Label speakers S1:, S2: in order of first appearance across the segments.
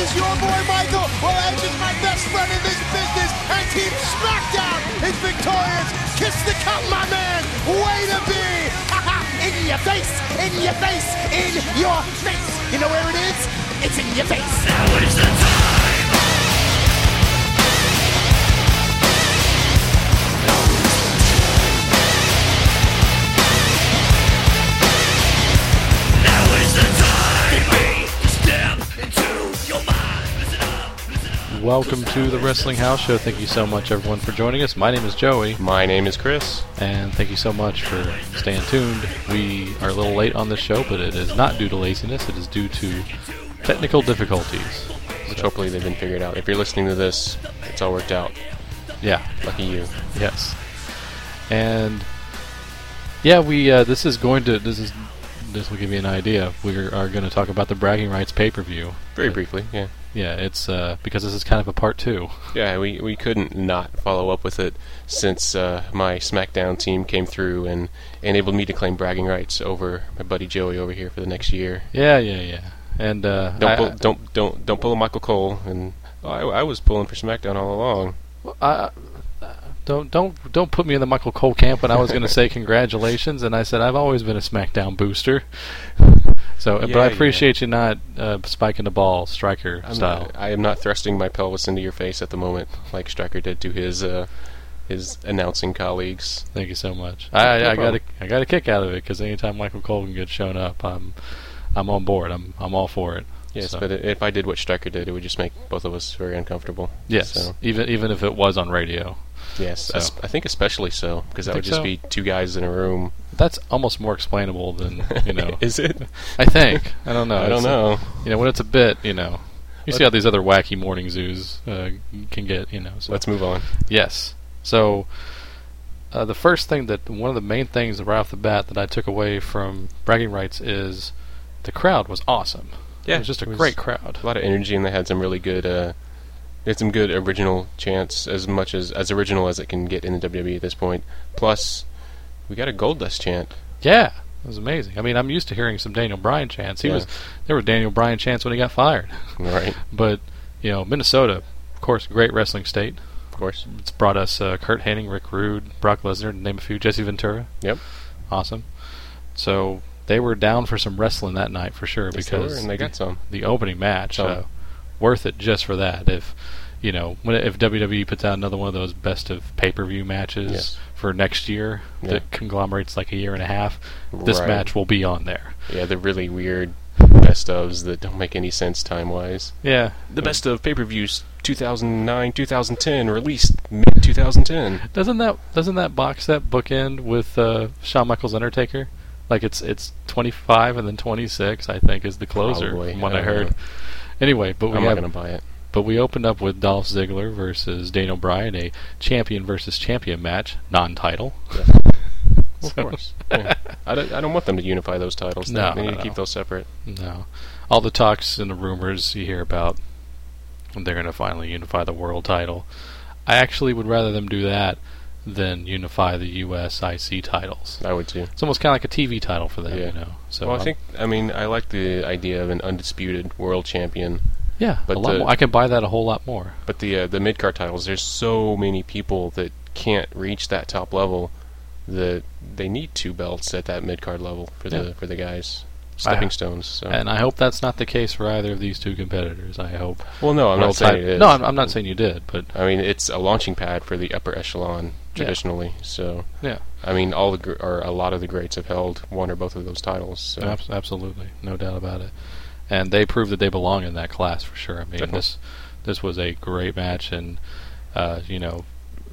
S1: is your boy Michael. Well, Edge is my best friend in this business, and Team SmackDown is victorious. Kiss the cup, my man. Way to be. in your face, in your face, in your face. You know where it is? It's in your face.
S2: Now is the time. Now is the time for me to step into your mind. Listen up, listen up.
S3: Welcome to the Wrestling House Show. Thank you so much, everyone, for joining us. My name is Joey,
S4: My name is Chris.
S3: and thank you so much for staying tuned. We are a little late on this show, but it is not due to laziness, it is due to technical difficulties.
S4: Which hopefully they've been figured out. If you're listening to this, it's all worked out.
S3: Yeah,
S4: Lucky you.
S3: yes. And yeah, we uh, this is going to this is this will give you an idea. We are going to talk about the bragging rights pay per view.
S4: Very briefly, yeah.
S3: Yeah, it's uh, because this is kind of a part two.
S4: Yeah, we, we couldn't not follow up with it since uh, my SmackDown team came through and enabled me to claim bragging rights over my buddy Joey over here for the next year.
S3: Yeah, yeah, yeah. And uh,
S4: Don't
S3: I-
S4: pull, don't don't don't pull a Michael Cole and oh, I, I was pulling for SmackDown all along.
S3: I, I- don't don't don't put me in the Michael Cole camp when I was going to say congratulations, and I said I've always been a SmackDown booster. So, but
S4: Yeah,
S3: I
S4: yeah.
S3: appreciate you not uh, spiking the ball, striker
S4: I'm
S3: style.
S4: not, I am not thrusting my pelvis into your face at the moment like Stryker did to his uh, his announcing colleagues.
S3: Thank you so much. I,
S4: No
S3: I got a,
S4: problem.
S3: I got a kick out of it because anytime Michael Cole can get shown up, I'm I'm on board. I'm I'm all for it.
S4: Yes,
S3: So-
S4: but if I did what Stryker did, it would just make both of us very uncomfortable.
S3: yes,
S4: So,
S3: even even if it was on radio,
S4: yes,
S3: So.
S4: es- I think especially so because that would
S3: Think
S4: just
S3: so?
S4: be two guys in a room.
S3: that's almost more explainable than you know.
S4: Is it?
S3: I think I don't know.
S4: I
S3: It's-
S4: don't know.
S3: You know, when it's a bit, you know, you see
S4: Let-
S3: how these other wacky morning zoos uh, can get, you know. So.
S4: Let's move on.
S3: yes. So, uh, the first thing that one of the main things right off the bat that I took away from bragging rights is the crowd was awesome. it was just a
S4: it
S3: great crowd.
S4: A lot of energy, and they had some really good. Uh, they had some good original chants, as much as as original as it can get in the WWE at this point. Plus, we got a gold dust chant.
S3: Yeah, it was amazing. I mean, I'm used to hearing some Daniel Bryan chants. He
S4: Yeah.
S3: was there were Daniel Bryan chants when he got fired,
S4: Right,
S3: but you know, Minnesota, of course, great wrestling state.
S4: of course.
S3: It's brought us uh, Kurt Hennig, Rick Rude, Brock Lesnar, to name a few, Jesse Ventura.
S4: Yep.
S3: Awesome. So they were down for some wrestling that night for sure
S4: Yes, they were,
S3: because
S4: and they got some.
S3: the opening match
S4: Some.
S3: uh, worth it just for that. If you know when if WWE puts out another one of those best of pay per view matches
S4: Yes.
S3: for next year
S4: Yeah.
S3: that conglomerates like a year and a half, this
S4: Right.
S3: match will be on there.
S4: Yeah, the really weird best ofs that don't make any sense time wise.
S3: Yeah,
S4: The best of pay per views 2009 2010, released mid 2010.
S3: Doesn't that doesn't that box set bookend with uh, Shawn Michaels Undertaker? Like it's it's 25 and then 26 I think is the closer
S4: Probably.
S3: from what I,
S4: I don't
S3: heard.
S4: know.
S3: Anyway, but we
S4: I'm not
S3: have-
S4: going to buy it.
S3: but we opened up with Dolph Ziggler versus Daniel Bryan, a champion versus champion match, non-title.
S4: Of course. Yeah. I, don't, I don't want them to unify those titles.
S3: No,
S4: they need
S3: no,
S4: to keep
S3: no.
S4: those separate.
S3: No, all the talks and the rumors you hear about they're going to finally unify the world title. I actually would rather them do that than unify the U.S. IC titles.
S4: I would too.
S3: It's almost kind of like a TV title for them,
S4: Yeah.
S3: you know. So
S4: well, I
S3: I'm-
S4: think I mean I like the idea of an undisputed world champion,
S3: Yeah,
S4: But
S3: a lot
S4: the-
S3: more. I can buy that a whole lot more.
S4: but the uh, the mid card titles. There's so many people that can't reach that top level that they need two belts at that mid card level for the
S3: Yeah.
S4: for the guys. Stepping stones. So.
S3: And I hope that's not the case for either of these two competitors. I hope.
S4: well, no, I'm
S3: Well,
S4: not saying
S3: ti-
S4: it is.
S3: No, I'm, I'm not saying you did, but
S4: I mean, it's a launching pad for the upper echelon traditionally. So,
S3: yeah,
S4: I mean, all the gr- or a lot of the greats have held one or both of those titles. So.
S3: abs- absolutely, no doubt about it. And they proved that they belong in that class for sure. I mean,
S4: Definitely.
S3: this this was a great match, and uh, you know,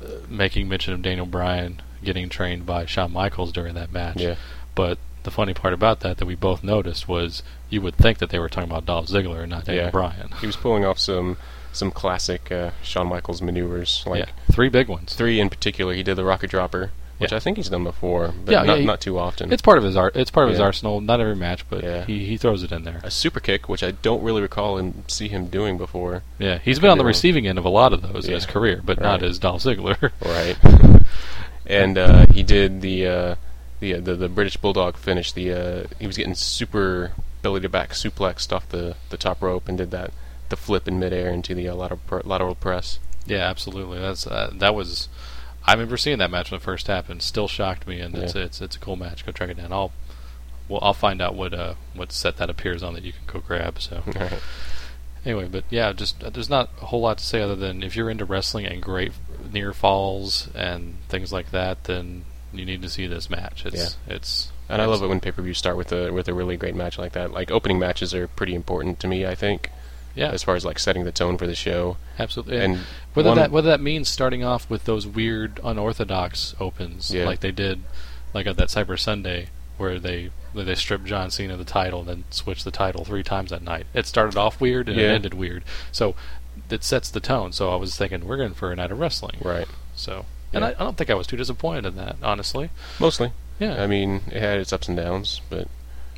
S3: uh, making mention of Daniel Bryan getting trained by Shawn Michaels during that match.
S4: Yeah.
S3: But the funny part about that that we both noticed was you would think that they were talking about Dolph Ziggler and not Daniel
S4: Yeah.
S3: Bryan.
S4: He was pulling off some some classic uh, Shawn Michaels maneuvers, like
S3: yeah, three big ones.
S4: three in particular. He did the rocket dropper, which
S3: Yeah.
S4: I think he's done before, but
S3: Yeah,
S4: not,
S3: yeah, he-
S4: not too often.
S3: It's part of his art. It's part of his
S4: Yeah.
S3: arsenal. Not every match, but
S4: Yeah.
S3: he, he throws it in there.
S4: a super kick, which I don't really recall and see him doing before.
S3: Yeah, he's been on the
S4: Yeah.
S3: receiving end of a lot of those in
S4: Yeah.
S3: his career, but
S4: Right.
S3: not as Dolph Ziggler.
S4: Right. and uh, he did the, uh, the uh, the the British bulldog finish. The uh, he was getting super belly to back suplexed off the the top rope and did that. the flip in midair into the uh, lateral, pr- lateral press.
S3: Yeah, absolutely. That's uh, that was. I remember seeing that match when it first happened. Still shocked me, and it's
S4: Yeah.
S3: it's it's a cool match. Go track it down. I'll well, I'll find out what uh what set that appears on that you can go grab. So
S4: Alright.
S3: anyway, but yeah, just uh, there's not a whole lot to say other than if you're into wrestling and great near falls and things like that, then you need to see this match. It's it's
S4: And I love it when pay per views start with a with a really great match like that. Like opening matches are pretty important to me. I think
S3: Yeah,
S4: as far as like setting the tone for the show.
S3: absolutely.
S4: And
S3: Whether
S4: one-
S3: that whether that means starting off with those weird unorthodox opens
S4: Yeah.
S3: like they did, like at that Cyber Sunday where they where they stripped John Cena of the title and then switched the title three times that night. It started off weird and
S4: Yeah.
S3: it ended weird, so it sets the tone. So I was thinking we're in for a night of wrestling.
S4: right
S3: So and
S4: Yeah.
S3: I, I don't think I was too disappointed in that honestly.
S4: mostly.
S3: Yeah.
S4: I mean, it had its ups and downs, but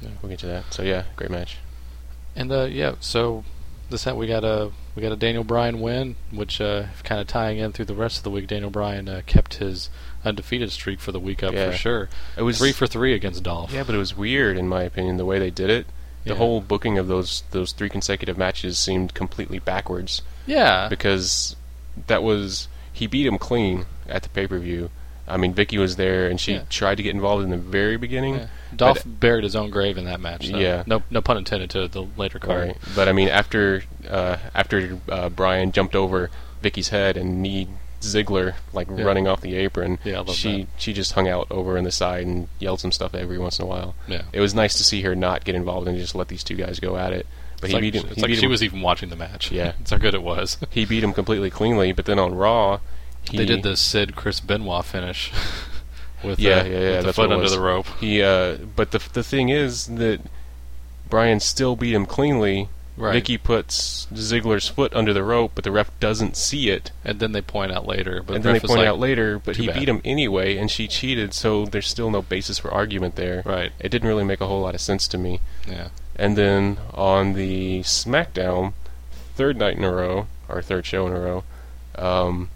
S3: Yeah.
S4: we'll get to that. So yeah, great match.
S3: And uh, yeah, so this we got a we got a Daniel Bryan win, which uh, kind of tying in through the rest of the week. Daniel Bryan uh, kept his undefeated streak for the week up
S4: Yeah.
S3: for sure.
S4: It was
S3: three for three against Dolph.
S4: Yeah, but it was weird in my opinion the way they did it. The
S3: Yeah.
S4: whole booking of those those three consecutive matches seemed completely backwards
S3: Yeah,
S4: because that was he beat him clean at the pay per view. I mean, Vicky was there and she
S3: Yeah.
S4: tried to get involved in the very beginning.
S3: yeah. Dolph buried his own grave in that match. though.
S4: Yeah.
S3: no no pun intended to the later card.
S4: Right. But I mean, after uh, after uh, Brian jumped over Vicky's head and knee Ziggler like
S3: Yeah.
S4: running off the apron,
S3: Yeah, I love
S4: she she just hung out over in the side and yelled some stuff every once in a while.
S3: Yeah.
S4: It was nice to see her not get involved and just let these two guys go at it. But
S3: It's
S4: he
S3: like,
S4: beat him.
S3: it's
S4: he
S3: like
S4: beat
S3: she
S4: him,
S3: was even watching the match.
S4: Yeah.
S3: that's how good it was.
S4: He beat him completely cleanly. But then on Raw, he,
S3: they did the Sid Chris Benoit finish with
S4: Yeah,
S3: uh,
S4: yeah, yeah.
S3: with the
S4: that's what
S3: foot
S4: it
S3: under
S4: was.
S3: the rope.
S4: He. Uh, but the the thing is that Brian still beat him cleanly.
S3: Right.
S4: Vicky puts Ziggler's foot under the rope, but the ref doesn't see it.
S3: And then they point out later, but
S4: and then they
S3: ref is
S4: point
S3: like,
S4: out later, but
S3: "Too
S4: he
S3: bad."
S4: beat him anyway, and she cheated, so there's still no basis for argument there.
S3: Right.
S4: It didn't really make a whole lot of sense to me.
S3: Yeah.
S4: And then on the SmackDown, third night in a row, or third show in a row, um,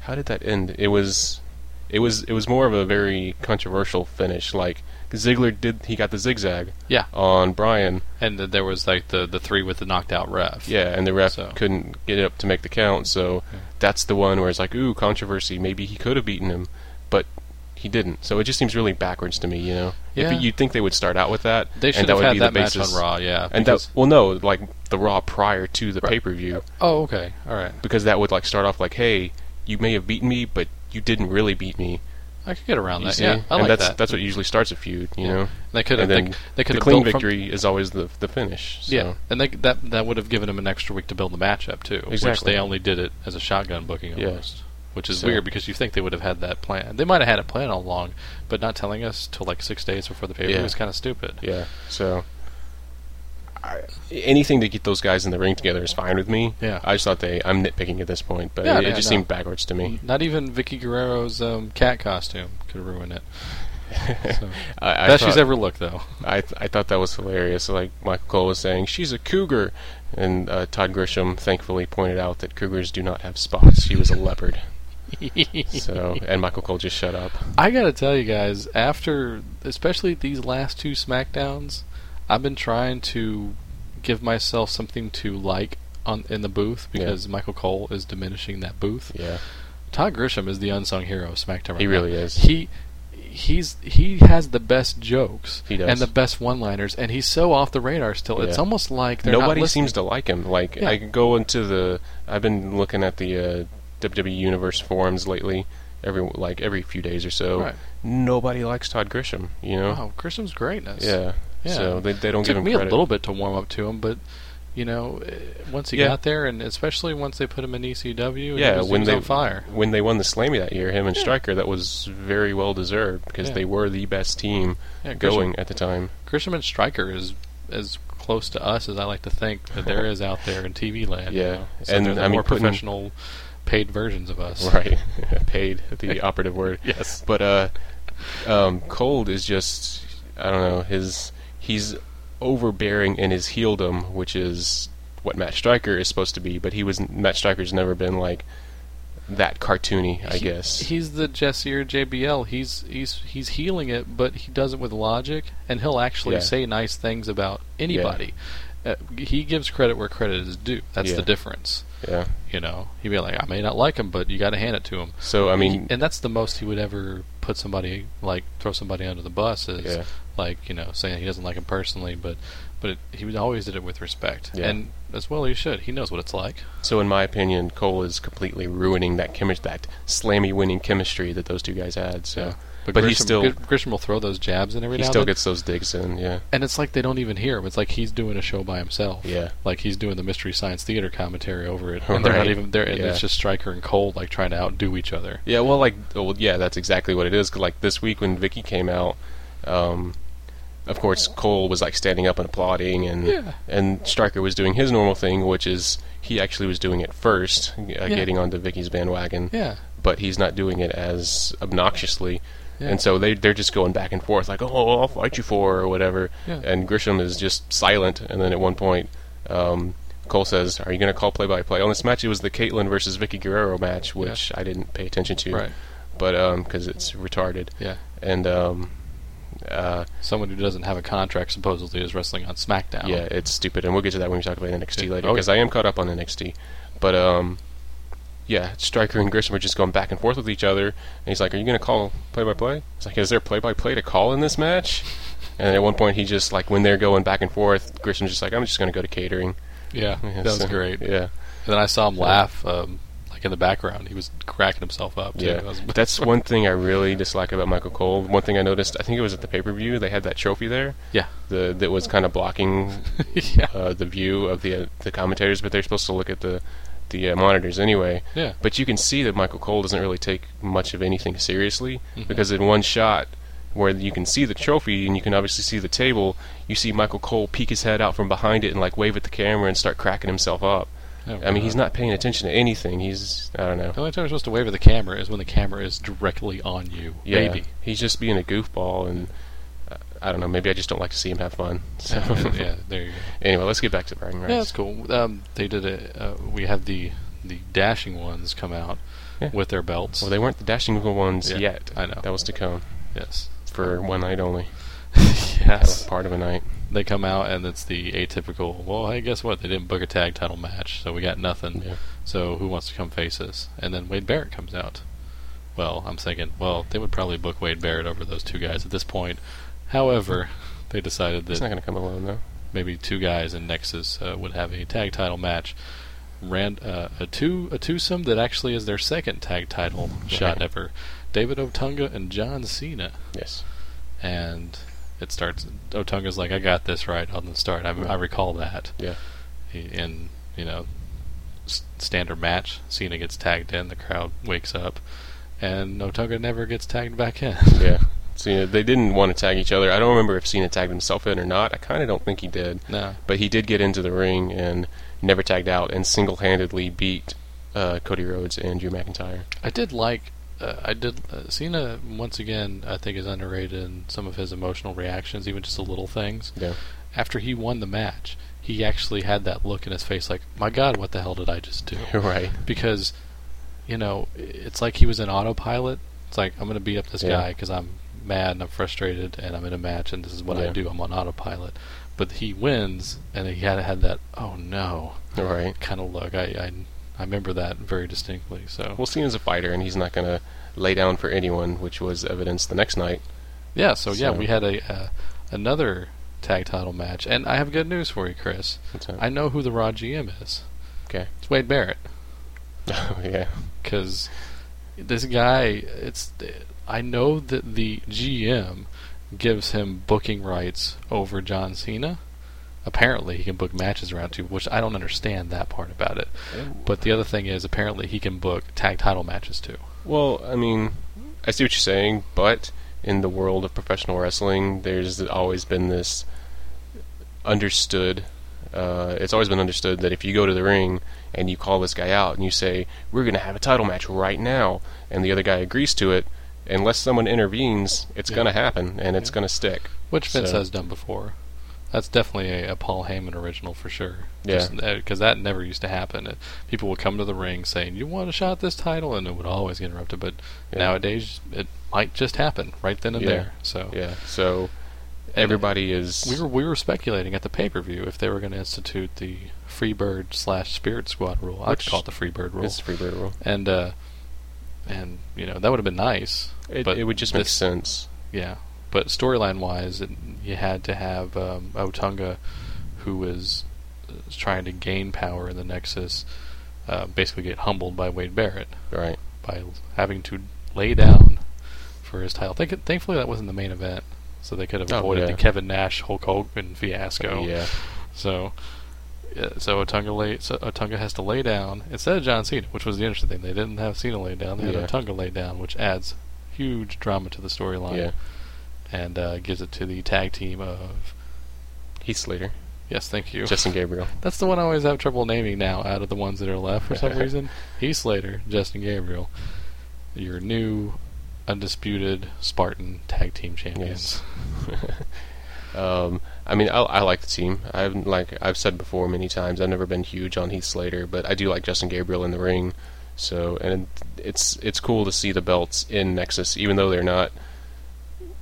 S4: how did that end? It was, it was, it was more of a very controversial finish. Like Ziggler did, he got the zigzag
S3: Yeah.
S4: on Bryan,
S3: And th- there was like the the three with the knocked out ref.
S4: yeah, and the ref
S3: So-
S4: couldn't get it up to make the count, so that's the one where it's like, ooh, controversy. Maybe he could have beaten him, but he didn't. So it just seems really backwards to me, you know.
S3: Yeah.
S4: If you'd think they would start out with that,
S3: They should
S4: and that
S3: have
S4: would
S3: had
S4: be
S3: that
S4: the
S3: match
S4: basis.
S3: on Raw, yeah.
S4: And
S3: because-
S4: that, well, no, like the Raw prior to the pay per view,
S3: oh, okay, all right.
S4: because that would like start off like, hey, you may have beaten me, but you didn't really beat me.
S3: I could get around
S4: You
S3: that.
S4: see?
S3: Yeah, I
S4: and
S3: like
S4: that's
S3: that.
S4: that's what usually starts a feud, you
S3: Yeah.
S4: know.
S3: they could have.
S4: and
S3: They,
S4: then
S3: they could
S4: the
S3: have
S4: clean
S3: built
S4: victory is always the the finish.
S3: From,
S4: So.
S3: yeah, and they, that that would have given them an extra week to build the match up too. Which
S4: Exactly.
S3: they only did it as a shotgun booking
S4: Yeah.
S3: almost, which is
S4: So-
S3: weird because you think they would have had that plan. They might have had it planned all along, but not telling us till like six days before the pay per view
S4: Yeah.
S3: is kind of stupid.
S4: Yeah. So I, anything to get those guys in the ring together is fine with me.
S3: Yeah.
S4: I just thought they. I'm nitpicking at this point, but
S3: Yeah,
S4: it, it
S3: yeah,
S4: just
S3: no.
S4: seemed backwards to me.
S3: Not even Vicky Guerrero's um, cat costume could ruin it. So,
S4: I, I
S3: Mm. best
S4: thought,
S3: she's ever looked though.
S4: I, th- I thought that was hilarious. Like Michael Cole was saying, she's a cougar, and uh, Todd Grisham thankfully pointed out that cougars do not have spots. She was a leopard. So and Michael Cole just shut up.
S3: I gotta tell you guys, after especially these last two Smackdowns, I've been trying to give myself something to like on in the booth
S4: Yeah.
S3: because Michael Cole is diminishing that booth.
S4: Yeah.
S3: Todd Grisham is the unsung hero of SmackDown.
S4: He
S3: right now.
S4: really is.
S3: He he's he has the best jokes
S4: He does.
S3: and the best one-liners, and he's so off the radar still. It's
S4: Yeah.
S3: almost like they're
S4: Nobody
S3: not listening.
S4: seems to like him. Like
S3: Yeah.
S4: I can go into the. I've been looking at the uh, WWE Universe forums lately. Every like every few days or so.
S3: Right.
S4: Nobody likes Todd Grisham. You know.
S3: Oh, Grisham's greatness.
S4: Yeah.
S3: Yeah.
S4: So they they don't
S3: It
S4: give
S3: took
S4: him
S3: me
S4: credit.
S3: a little bit to warm up to him, but you know, eh, once he
S4: Yeah.
S3: got there, and especially once they put him in E ECW, he
S4: yeah,
S3: was, he
S4: when
S3: was
S4: they
S3: on fire.
S4: when they won the Slammy that year, him and Stryker, that was very well deserved because
S3: Yeah.
S4: they were the best team
S3: Yeah, Grisham-
S4: going at the time.
S3: Grisham and Stryker is as close to us as I like to think that there is out there in TV land. you
S4: Yeah.
S3: know. so
S4: And,
S3: they're the
S4: I mean,
S3: more
S4: putting-
S3: professional, paid versions of us.
S4: Right, paid the operative word.
S3: Yes.
S4: but uh, um, Cold is just I don't know his he's overbearing in his heeldom, which is what Matt Stryker is supposed to be. But he was Matt Stryker's never been like that cartoony, I
S3: He-
S4: guess.
S3: he's the Jesse or JBL. He's he's he's healing it, but he does it with logic, and he'll actually
S4: Yeah.
S3: say nice things about anybody. uh, he gives credit where credit is due. That's
S4: Yeah.
S3: the difference.
S4: Yeah.
S3: You know, he'd be like, I may not like him, but you got to hand it to him.
S4: So I mean,
S3: and that's the most he would ever put somebody like throw somebody under the bus is
S4: Yeah.
S3: like you know saying he doesn't like him personally, but but it, he would always did it with respect,
S4: Yeah.
S3: and as well he should. He knows what it's like.
S4: so in my opinion, Cole is completely ruining that chemistry, that slammy winning chemistry that those two guys had. So, but,
S3: Grisham,
S4: he still
S3: Gr- Grisham will throw those jabs in every
S4: he
S3: now
S4: still
S3: and then,
S4: gets those digs in. Yeah.
S3: and it's like they don't even hear him. It's like he's doing a show by himself.
S4: Yeah.
S3: like he's doing the mystery science theater commentary over it, and they're not
S4: Right.
S3: even there. And
S4: Yeah.
S3: it's just Stryker and Cole like trying to outdo each other.
S4: Yeah, well, like, oh, well, yeah, that's exactly what it is. 'cause, like this week when Vicky came out, um, of course Cole was like standing up and applauding, and
S3: Yeah.
S4: and Stryker was doing his normal thing, which is he actually was doing it first, uh, getting onto Vicky's bandwagon.
S3: Yeah,
S4: But he's not doing it as obnoxiously,
S3: Yeah.
S4: and so they they're just going back and forth like, oh, I'll fight you for or whatever.
S3: Yeah.
S4: And Grisham is just silent, and then at one point. Um, Cole says, "Are you going to call play-by-play on this match?" It was the Caitlyn versus Vicky Guerrero match, which I didn't pay attention to
S3: Right.
S4: but um, because it's retarded.
S3: yeah.
S4: And um, uh,
S3: Someone who doesn't have a contract supposedly is wrestling on SmackDown.
S4: yeah, it's stupid, and we'll get to that when we talk about NXT
S3: Yeah.
S4: later,
S3: Oh,
S4: because I am caught up on NXT. But um, yeah, Stryker and Grisham are just going back and forth with each other, and he's like, "Are you going to call play-by-play?" It's like, "Is there play-by-play to call in this match?" And at one point, he just like when they're going back and forth, Grisham's just like, "I'm just going to go to catering."
S3: yeah, that was
S4: So,
S3: great.
S4: Yeah,
S3: And then I saw him laugh, um, like in the background. He was cracking himself up. Too.
S4: Yeah,
S3: I was-
S4: that's one thing I really dislike about Michael Cole. One thing I noticed, I think it was at the pay per view, they had that trophy there.
S3: Yeah.
S4: the, that was kind of blocking
S3: yeah,
S4: uh, the view of the uh, the commentators, but they're supposed to look at the the uh, monitors anyway.
S3: yeah,
S4: But you can see that Michael Cole doesn't really take much of anything seriously
S3: Mm-hmm.
S4: because in one shot where you can see the trophy and you can obviously see the table, you see Michael Cole peek his head out from behind it and like wave at the camera and start cracking himself up.
S3: Yeah,
S4: I mean, he's not paying attention to anything. He's I don't know.
S3: The only time you're supposed to wave at the camera is when the camera is directly on you.
S4: Yeah,
S3: Maybe.
S4: he's just being a goofball, and uh, I don't know. Maybe I just don't like to see him have fun. So
S3: yeah, there you go.
S4: anyway, let's get back to Bragging
S3: Yeah,
S4: Rights.
S3: that's cool. Um, they did a. Uh, we had the the dashing ones come out
S4: Yeah.
S3: with their belts.
S4: Well, they weren't the dashing little ones
S3: Yeah,
S4: yet.
S3: I know.
S4: that was to come
S3: yes.
S4: for one night only. That was
S3: Yes.
S4: part of a night.
S3: They come out and it's the atypical. Well, hey, guess what? They didn't book a tag title match, so we got nothing.
S4: Yeah.
S3: So who wants to come face us? And then Wade Barrett comes out. Well, I'm thinking, well, they would probably book Wade Barrett over those two guys at this point. However, they decided
S4: He's
S3: that
S4: not going to come alone though.
S3: maybe two guys in Nexus uh, would have a tag title match. Rand, uh, a two a twosome that actually is their second tag title shot ever. David Otunga and John Cena,
S4: Yes.
S3: and it starts. Otunga's like, "I got this right on the start." I, I recall that.
S4: Yeah.
S3: He, in you know, s- standard match, Cena gets tagged in. The crowd wakes up, and Otunga never gets tagged back in.
S4: Yeah. Cena. They didn't want to tag each other. I don't remember if Cena tagged himself in or not. I kind of don't think he did.
S3: no.
S4: But he did get into the ring and never tagged out and single-handedly beat uh, Cody Rhodes and Drew McIntyre.
S3: I did like. Uh, I did. Uh, Cena once again, I think, is underrated in some of his emotional reactions, even just the little things.
S4: Yeah.
S3: After he won the match, he actually had that look in his face, like, "My God, what the hell did I just do?"
S4: right.
S3: Because, you know, i- it's like he was in autopilot. It's like I'm going to beat up this
S4: Yeah.
S3: guy guy because I'm mad and I'm frustrated and I'm in a match and this is what I
S4: Yeah.
S3: do. I'm on autopilot. But he wins, and he had had that "Oh no"
S4: Right.
S3: kind of look. I, I I remember that very distinctly. So
S4: Well, Cena's a fighter, and he's not going to lay down for anyone, which was evidence the next night.
S3: Yeah, so, yeah,
S4: So-
S3: we had a uh, another tag title match, and I have good news for you, Chris.
S4: So-
S3: I know who the Raw GM is.
S4: Okay.
S3: it's Wade Barrett
S4: yeah.
S3: because this guy, it's I know that the GM gives him booking rights over John Cena. Apparently, he can book matches around to, which I don't understand that part about it. But the other thing is, apparently, he can book tag title matches too.
S4: Well, I mean, I see what you're saying, but in the world of professional wrestling, there's always been this understood. Uh, it's always been understood that if you go to the ring and you call this guy out and you say, "We're going to have a title match right now," and the other guy agrees to it, unless someone intervenes, it's going to happen and it's going to stick.
S3: Which Vince
S4: So-
S3: has done before. That's definitely a, a Paul Heyman original for sure.
S4: Yeah.
S3: Because that never used to happen. It, people would come to the ring saying, You want a shot at this title? And it would always get interrupted. But
S4: Yeah.
S3: nowadays, it might just happen right then and
S4: Yeah.
S3: there. So,
S4: Yeah. So Everybody is.
S3: We were we were speculating at the pay per view if they were going to institute the Freebird slash Spirit Squad rule. I'd
S4: Which
S3: call it the Freebird rule.
S4: It's free bird rule.
S3: And uh, and you know that would have been nice.
S4: It,
S3: But
S4: it would just make
S3: this-
S4: sense.
S3: Yeah, but storyline wise, it, you had to have um, Otunga, who is uh, trying to gain power in the Nexus, uh, basically get humbled by Wade Barrett
S4: Right.
S3: by l- having to lay down for his title. Thank, thankfully, that wasn't the main event, so they could have
S4: Oh,
S3: avoided
S4: yeah.
S3: the Kevin Nash Hulk Hogan fiasco.
S4: Yeah.
S3: So, yeah, so Otunga lay, so Otunga has to lay down instead of John Cena, which was the interesting thing. They didn't have Cena lay down; they
S4: Yeah.
S3: had Otunga lay down, which adds huge drama to the storyline
S4: Yeah.
S3: and uh, gives it to the tag team of
S4: Heath Slater,
S3: yes, thank you.
S4: Justin Gabriel.
S3: That's the one I always have trouble naming now out of the ones that are left for some reason. Heath Slater, Justin Gabriel, your new undisputed Spartan tag team champions.
S4: Um, I mean, I, I like the team. I've like I've said before many times. I've never been huge on Heath Slater, but I do like Justin Gabriel in the ring. So, and it's it's cool to see the belts in Nexus, even though they're not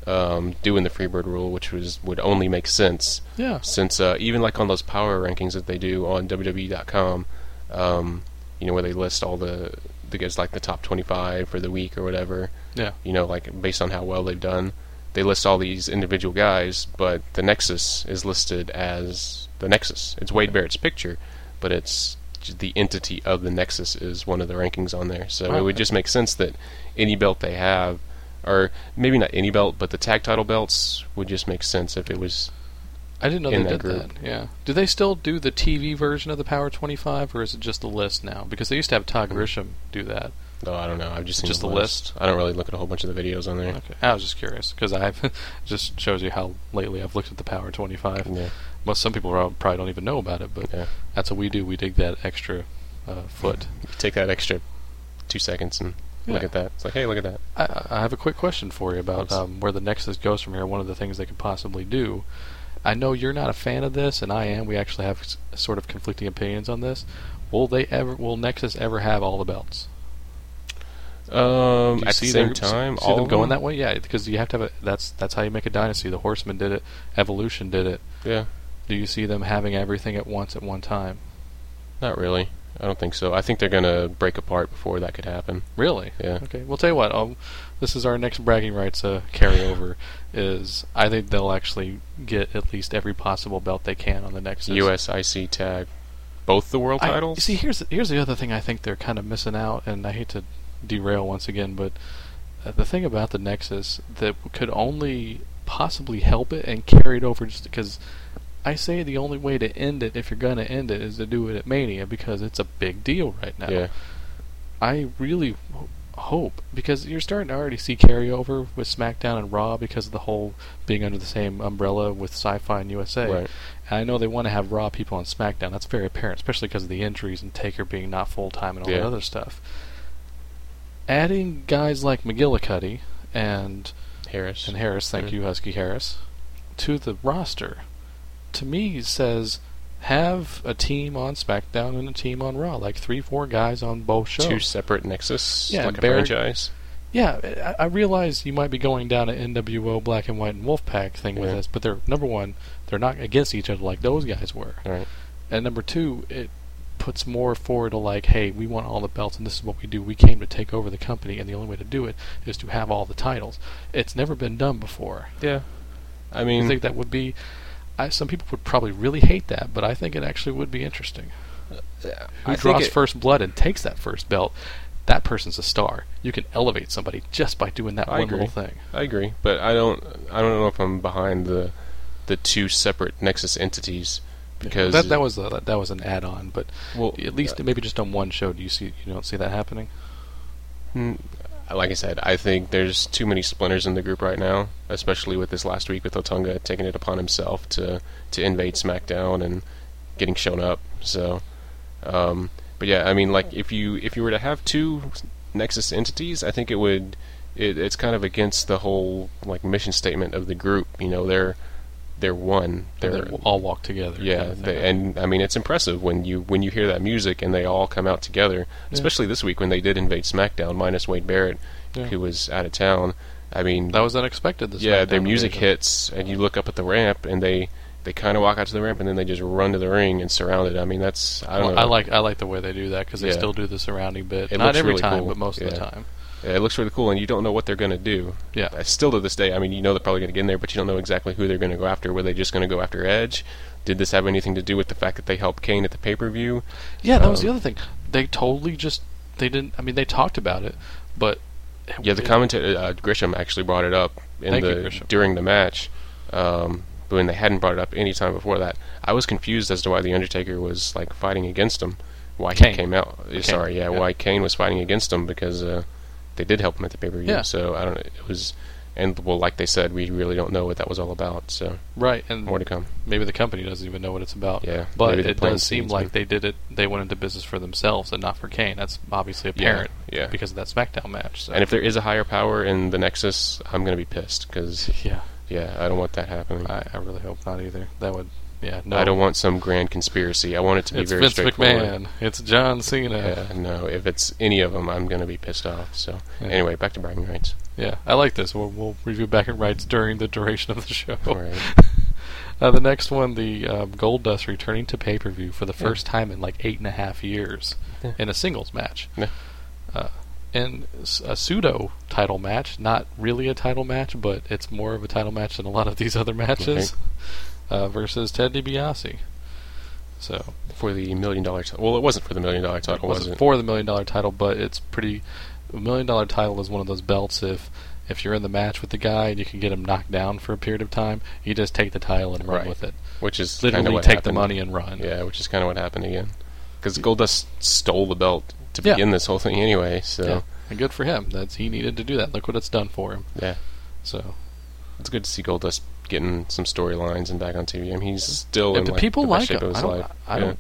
S4: um, doing the Freebird rule, which was would only make sense
S3: Yeah.
S4: since uh, even like on those power rankings that they do on WWE.com, um, you know, where they list all the the guys like the top 25 for the week or whatever
S3: Yeah.
S4: you know, like based on how well they've done. They list all these individual guys, but the Nexus is listed as the Nexus. It's Wade Barrett's picture, but it's j- the entity of the Nexus is one of the rankings on there. So it
S3: Wow.
S4: would just make sense that any belt they have, or maybe not any belt, but the tag title belts would just make sense if it was.
S3: I didn't know
S4: in
S3: they did
S4: that group.
S3: that. Yeah. Do they still do the TV version of the Power 25, or is it just the list now? Because they used to have Todd
S4: Mm-hmm.
S3: Grisham do that.
S4: No, Oh, I don't know. I've just seen
S3: Just
S4: the
S3: the
S4: list. I don't really look at a whole bunch of the videos on there.
S3: Okay. I was just curious because I've just shows you how lately I've looked at the Power 25.
S4: Yeah,
S3: Well, some people are- probably don't even know about it, but
S4: yeah.
S3: that's what we do. We dig that extra uh, foot.
S4: Take that extra two seconds and look
S3: Yeah.
S4: at that. It's like, hey, look at that.
S3: I, I have a quick question for you about
S4: Thanks.
S3: um, where the Nexus goes from here. One of the things they could possibly do. I know you're not a fan of this, and I am. We actually have s- sort of conflicting opinions on this. Will they ever? Will Nexus ever have all the belts?
S4: Um,
S3: Do you
S4: at the
S3: see
S4: same
S3: their-
S4: time,
S3: see
S4: all
S3: them
S4: of
S3: going that way. Yeah, because you have to have a. That's that's how you make a dynasty. The Horsemen did it. Evolution did it.
S4: Yeah,
S3: Do you see them having everything at once at one time?
S4: not really. I don't think so. I think they're gonna break apart before that could happen.
S3: Really?
S4: Yeah.
S3: Okay. Well, tell you what. Um, this is our next bragging rights uh, carryover. is I think they'll actually get at least every possible belt they can on the Nexus.
S4: USIC tag, both the world
S3: I-
S4: titles.
S3: See, here's here's the other thing I think they're kind of missing out, and I hate to derail once again, but uh, the thing about the Nexus that could only possibly help it and carry it over, just because I say the only way to end it, if you're gonna end it, is to do it at Mania because it's a big deal right now.
S4: yeah,
S3: I really ho- hope because you're starting to already see carryover with SmackDown and Raw because of the whole being under the same umbrella with Sci-Fi and USA.
S4: Right.
S3: And I know they want to have Raw people on SmackDown. That's very apparent, especially because of the injuries and Taker being not full time and all
S4: Yeah.
S3: that other stuff. Adding guys like McGillicuddy and
S4: Harris.
S3: and Harris, thank
S4: Mhm.
S3: you, Husky Harris, to the roster, to me says have a team on SmackDown and a team on Raw, like three, four guys on both shows.
S4: Two separate Nexus,
S3: Yeah,
S4: like a
S3: Barrett-
S4: franchise.
S3: Yeah, I, I realize you might be going down an NWO Black and White and Wolfpack thing with
S4: Yeah.
S3: this, but they're number one, they're not against each other like those guys were,
S4: Right.
S3: and number two, it puts more forward to like, hey, we want all the belts, and this is what we do. We came to take over the company, and the only way to do it is to have all the titles. It's never been done before.
S4: Yeah. I
S3: I
S4: mean,
S3: think that would be. I, some people would probably really hate that, but I think it actually would be interesting. Who
S4: Uh, I think
S3: draws
S4: it-
S3: first blood and takes that first belt? That person's a star. You can elevate somebody just by doing that
S4: I
S3: one
S4: agree.
S3: little thing.
S4: I agree, but I don't. I don't know if I'm behind the the two separate Nexus entities because
S3: that, that was a, that, that was an add-on, but
S4: well, uh,
S3: at least maybe just on one show. Do you see you don't see that happening?
S4: Mm, Like I said, I think there's too many splinters in the group right now, especially with this last week with Otunga taking it upon himself to to invade SmackDown and getting shown up. So, um, but yeah, I mean, like if you if you were to have two Nexus entities, I think it would it, it's kind of against the whole like mission statement of the group. You know, they're they're one.
S3: They
S4: They're
S3: all walk together.
S4: yeah,
S3: kind of
S4: they,
S3: thing.
S4: and I mean it's impressive when you when you hear that music and they all come out together. Especially this week when they did invade SmackDown, minus Wade Barrett,
S3: Yeah.
S4: who was out of town. I mean,
S3: That was unexpected. This
S4: yeah,
S3: SmackDown
S4: their music
S3: division.
S4: hits, and you look up at the ramp, and they they kind of walk out to the ramp, and then they just run to the ring and surround it. I mean, that's I don't
S3: Well,
S4: know.
S3: I like I like the way they do that because they
S4: Yeah.
S3: still do the surrounding bit.
S4: It
S3: Not
S4: looks
S3: every
S4: really
S3: time,
S4: cool.
S3: but most of the
S4: Yeah.
S3: time.
S4: Yeah, it looks really cool, and you don't know what they're going to do.
S3: Yeah.
S4: Uh, Still to this day, I mean, you know they're probably going to get in there, but you don't know exactly who they're going to go after. Were they just going to go after Edge? Did this have anything to do with the fact that they helped Kane at the pay per view?
S3: Yeah, that was
S4: Um,
S3: the other thing. They totally just they didn't. I mean, they talked about it, but
S4: Yeah, the
S3: it-
S4: commentator uh, Grisham actually brought it up in
S3: Thank you,
S4: the
S3: Grisham.
S4: during the match, um, but when they hadn't brought it up any time before that, I was confused as to why the Undertaker was like fighting against him, why
S3: Kane.
S4: he came out. uh, Sorry, yeah,
S3: yeah.
S4: why Kane was fighting against him because uh, they did help him at the pay per view.
S3: Yeah.
S4: So I don't know. It was, and well, like they said, we really don't know what that was all about. So
S3: Right, and
S4: more to come.
S3: maybe the company doesn't even know what it's about.
S4: Yeah,
S3: but
S4: maybe the
S3: it
S4: plan
S3: does seem
S4: seems
S3: like
S4: good.
S3: they did it. They went into business for themselves and not for Kane. That's obviously apparent.
S4: yeah.
S3: because of that SmackDown match. So.
S4: And if there is a higher power in the Nexus, I'm gonna be pissed because
S3: yeah,
S4: yeah, I don't want that happening.
S3: I, I really hope not either. That would yeah no.
S4: I don't want some grand conspiracy. I want it to be
S3: It's
S4: very
S3: Vince
S4: straightforward.
S3: McMahon. It's John Cena.
S4: Yeah, no. If it's any of them, I'm going to be pissed off. So
S3: Yeah.
S4: anyway, back to bragging rights.
S3: Yeah, I like this. We'll, we'll review back and rights during the duration of the show.
S4: All right.
S3: Uh, the next one, the um, Gold Dust returning to pay per view for the first time in like eight and a half years
S4: Yeah.
S3: in a singles match.
S4: Yeah.
S3: Uh, and s- a pseudo title match, not really a title match, but it's more of a title match than a lot of these other matches, uh, versus Ted DiBiase. So
S4: For the million dollar title. Well, it wasn't for the million dollar
S3: it
S4: title, was
S3: wasn't
S4: it?
S3: for the million dollar title, but it's pretty. A million dollar title is one of those belts if if you're in the match with the guy and you can get him knocked down for a period of time, you just take the title and run
S4: Right.
S3: with it.
S4: Which is kinda
S3: Literally
S4: what
S3: take the
S4: happened.
S3: money and run.
S4: Yeah, which is kind of what happened again. Because Goldust stole the belt to
S3: Yeah.
S4: begin this whole thing anyway. So
S3: Yeah.
S4: yeah.
S3: And good for him. That's he needed to do that. Look what it's done for him. So
S4: it's good to see Goldust getting some storylines and back on TV. I mean, he's still
S3: if
S4: in
S3: the
S4: like,
S3: people
S4: the best
S3: like
S4: shape
S3: him,
S4: of
S3: I
S4: his
S3: don't.
S4: life.
S3: I
S4: Yeah.
S3: don't.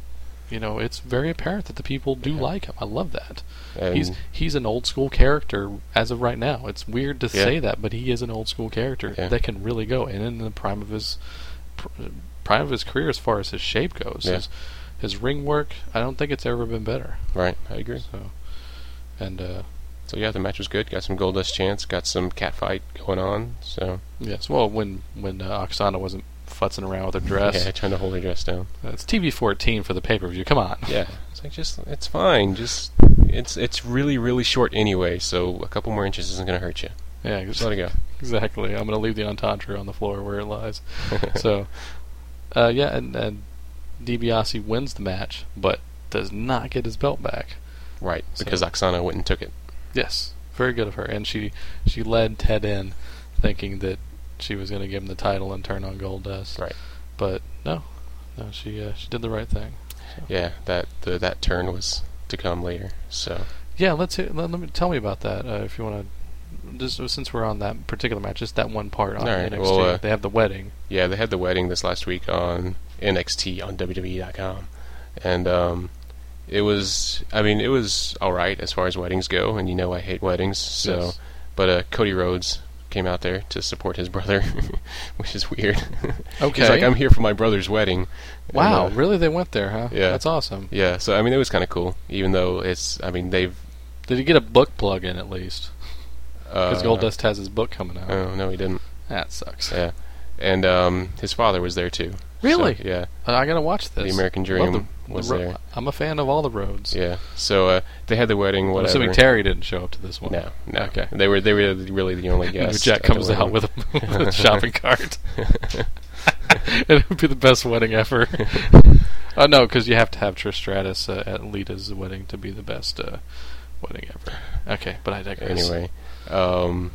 S3: You know, it's very apparent that the people do
S4: Yeah.
S3: like him. I love that.
S4: And
S3: he's he's an old school character as of right now. It's weird to
S4: Yeah.
S3: say that, but he is an old school character
S4: Yeah.
S3: that can really go. And in the prime of his pr- prime of his career, as far as his shape goes,
S4: Yeah.
S3: his his ring work, I don't think it's ever been better.
S4: right, I agree.
S3: So, and uh,
S4: So yeah, the match was good. Got some Goldust chance. Got some cat fight going on. So
S3: yes, well, when when uh, Oksana wasn't futzing around with her dress,
S4: yeah, trying to hold her dress down.
S3: it's TV fourteen for the pay per view. Come on.
S4: Yeah, it's like just it's fine. Just it's it's really really short anyway, so a couple more inches isn't gonna hurt you.
S3: Yeah,
S4: Just let it go.
S3: exactly. I'm going to leave the entendre on the floor where it lies. so, uh, yeah, and, and DiBiase wins the match, but does not get his belt back.
S4: Right,
S3: So-
S4: because Oksana went and took it.
S3: Yes, very good of her. And she she led Ted in, thinking that she was going to give him the title and turn on Gold Dust.
S4: Right.
S3: But no, no, she uh, she did the right thing.
S4: Yeah, that the, that turn was to come later. So
S3: Yeah, let's hear, let, let me tell me about that uh, if you want to. Just uh, since we're on that particular match, just that one part on
S4: All right,
S3: NXT.
S4: well, uh,
S3: they have the wedding.
S4: yeah, they had the wedding this last week on NXT on WWE.com, and um, it was I mean it was all right as far as weddings go, and you know I hate weddings, so
S3: Yes.
S4: but uh, Cody Rhodes came out there to support his brother, which is weird.
S3: Okay.
S4: He's like I'm here for my brother's wedding. And,
S3: Wow,
S4: uh,
S3: really? They went there, huh?
S4: Yeah.
S3: That's awesome.
S4: Yeah, so I mean, it was kind of cool, even though it's. I mean, they've.
S3: Did he get a book plug in at least?
S4: Because
S3: Because Goldust has his book coming out.
S4: uh, Oh no, he didn't.
S3: that sucks.
S4: Yeah, and um, his father was there too.
S3: Really?
S4: So, yeah,
S3: I I gotta watch this.
S4: the American
S3: Love
S4: Dream
S3: the-
S4: was
S3: the ro-
S4: there.
S3: I'm a fan of all the roads.
S4: Yeah. So uh, they had the wedding.
S3: I'm
S4: Whatever.
S3: assuming Terry didn't show up to this one.
S4: No, no.
S3: Okay.
S4: They were they were really the only
S3: Maybe
S4: guests.
S3: Jack
S4: at the
S3: comes out
S4: wedding.
S3: with a, with a shopping cart. it would be the best wedding ever. oh no, because you have to have Trish Stratus uh, at Lita's wedding to be the best uh, wedding ever. Okay, but I digress.
S4: anyway. Um,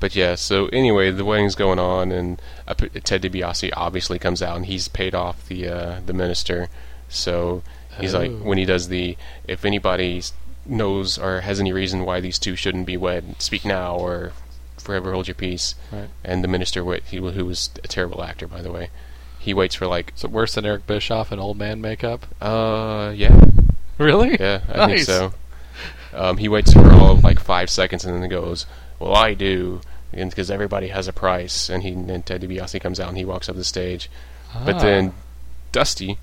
S4: but yeah, so anyway, the wedding's going on, and uh, P- Ted DiBiase obviously comes out, and he's paid off the uh, the minister. So he's like,
S3: Oh.
S4: when he does the, if anybody s- knows or has any reason why these two shouldn't be wed, speak now or forever hold your peace.
S3: Right.
S4: And the minister, wa- he wa- who was a terrible actor, by the way, he waits for like,
S3: So worse than Eric Bischoff in old man makeup?
S4: uh, yeah,
S3: Really?
S4: yeah, I
S3: Nice.
S4: think so. Um, he waits for all of like five seconds and then goes, "Well, I do," because everybody has a price. And he and Ted DiBiase comes out and he walks up the stage, but
S3: Ah.
S4: then Dusty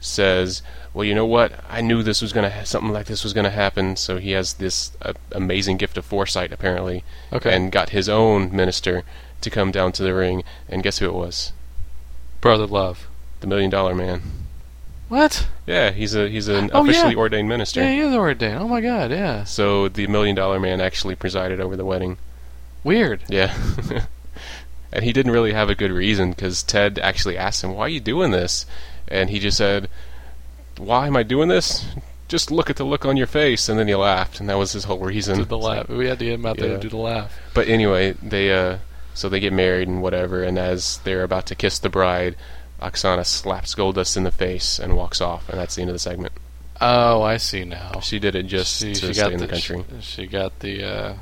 S4: says, "Well, you know what? I knew this was gonna ha- something like this was gonna happen." So he has this uh, amazing gift of foresight, apparently,
S3: Ah, Okay.
S4: and got his own minister to come down to the ring. And guess who it was?
S3: Brother Love.
S4: The Million Dollar Man.
S3: What?
S4: Yeah, he's a he's an
S3: Oh, yeah.
S4: officially ordained minister.
S3: Yeah, he is ordained. Oh my god, yeah.
S4: So the Million Dollar Man actually presided over the wedding.
S3: Weird.
S4: Yeah. and he didn't really have a good reason because Ted actually asked him, Why are you doing this? And he just said, Why am I doing this? Just look at the look on your face. And then he laughed, and that was his whole reason.
S3: Did the
S4: It's
S3: laugh.
S4: like-
S3: We had to get him out there
S4: Yeah.
S3: to do the laugh.
S4: But anyway, they, uh, so they get married and whatever, and as they're about to kiss the bride, Oksana slaps Goldust in the face and walks off, and that's the end of the segment.
S3: Oh, I see now.
S4: She did it just to stay in the country.
S3: She, she got the uh,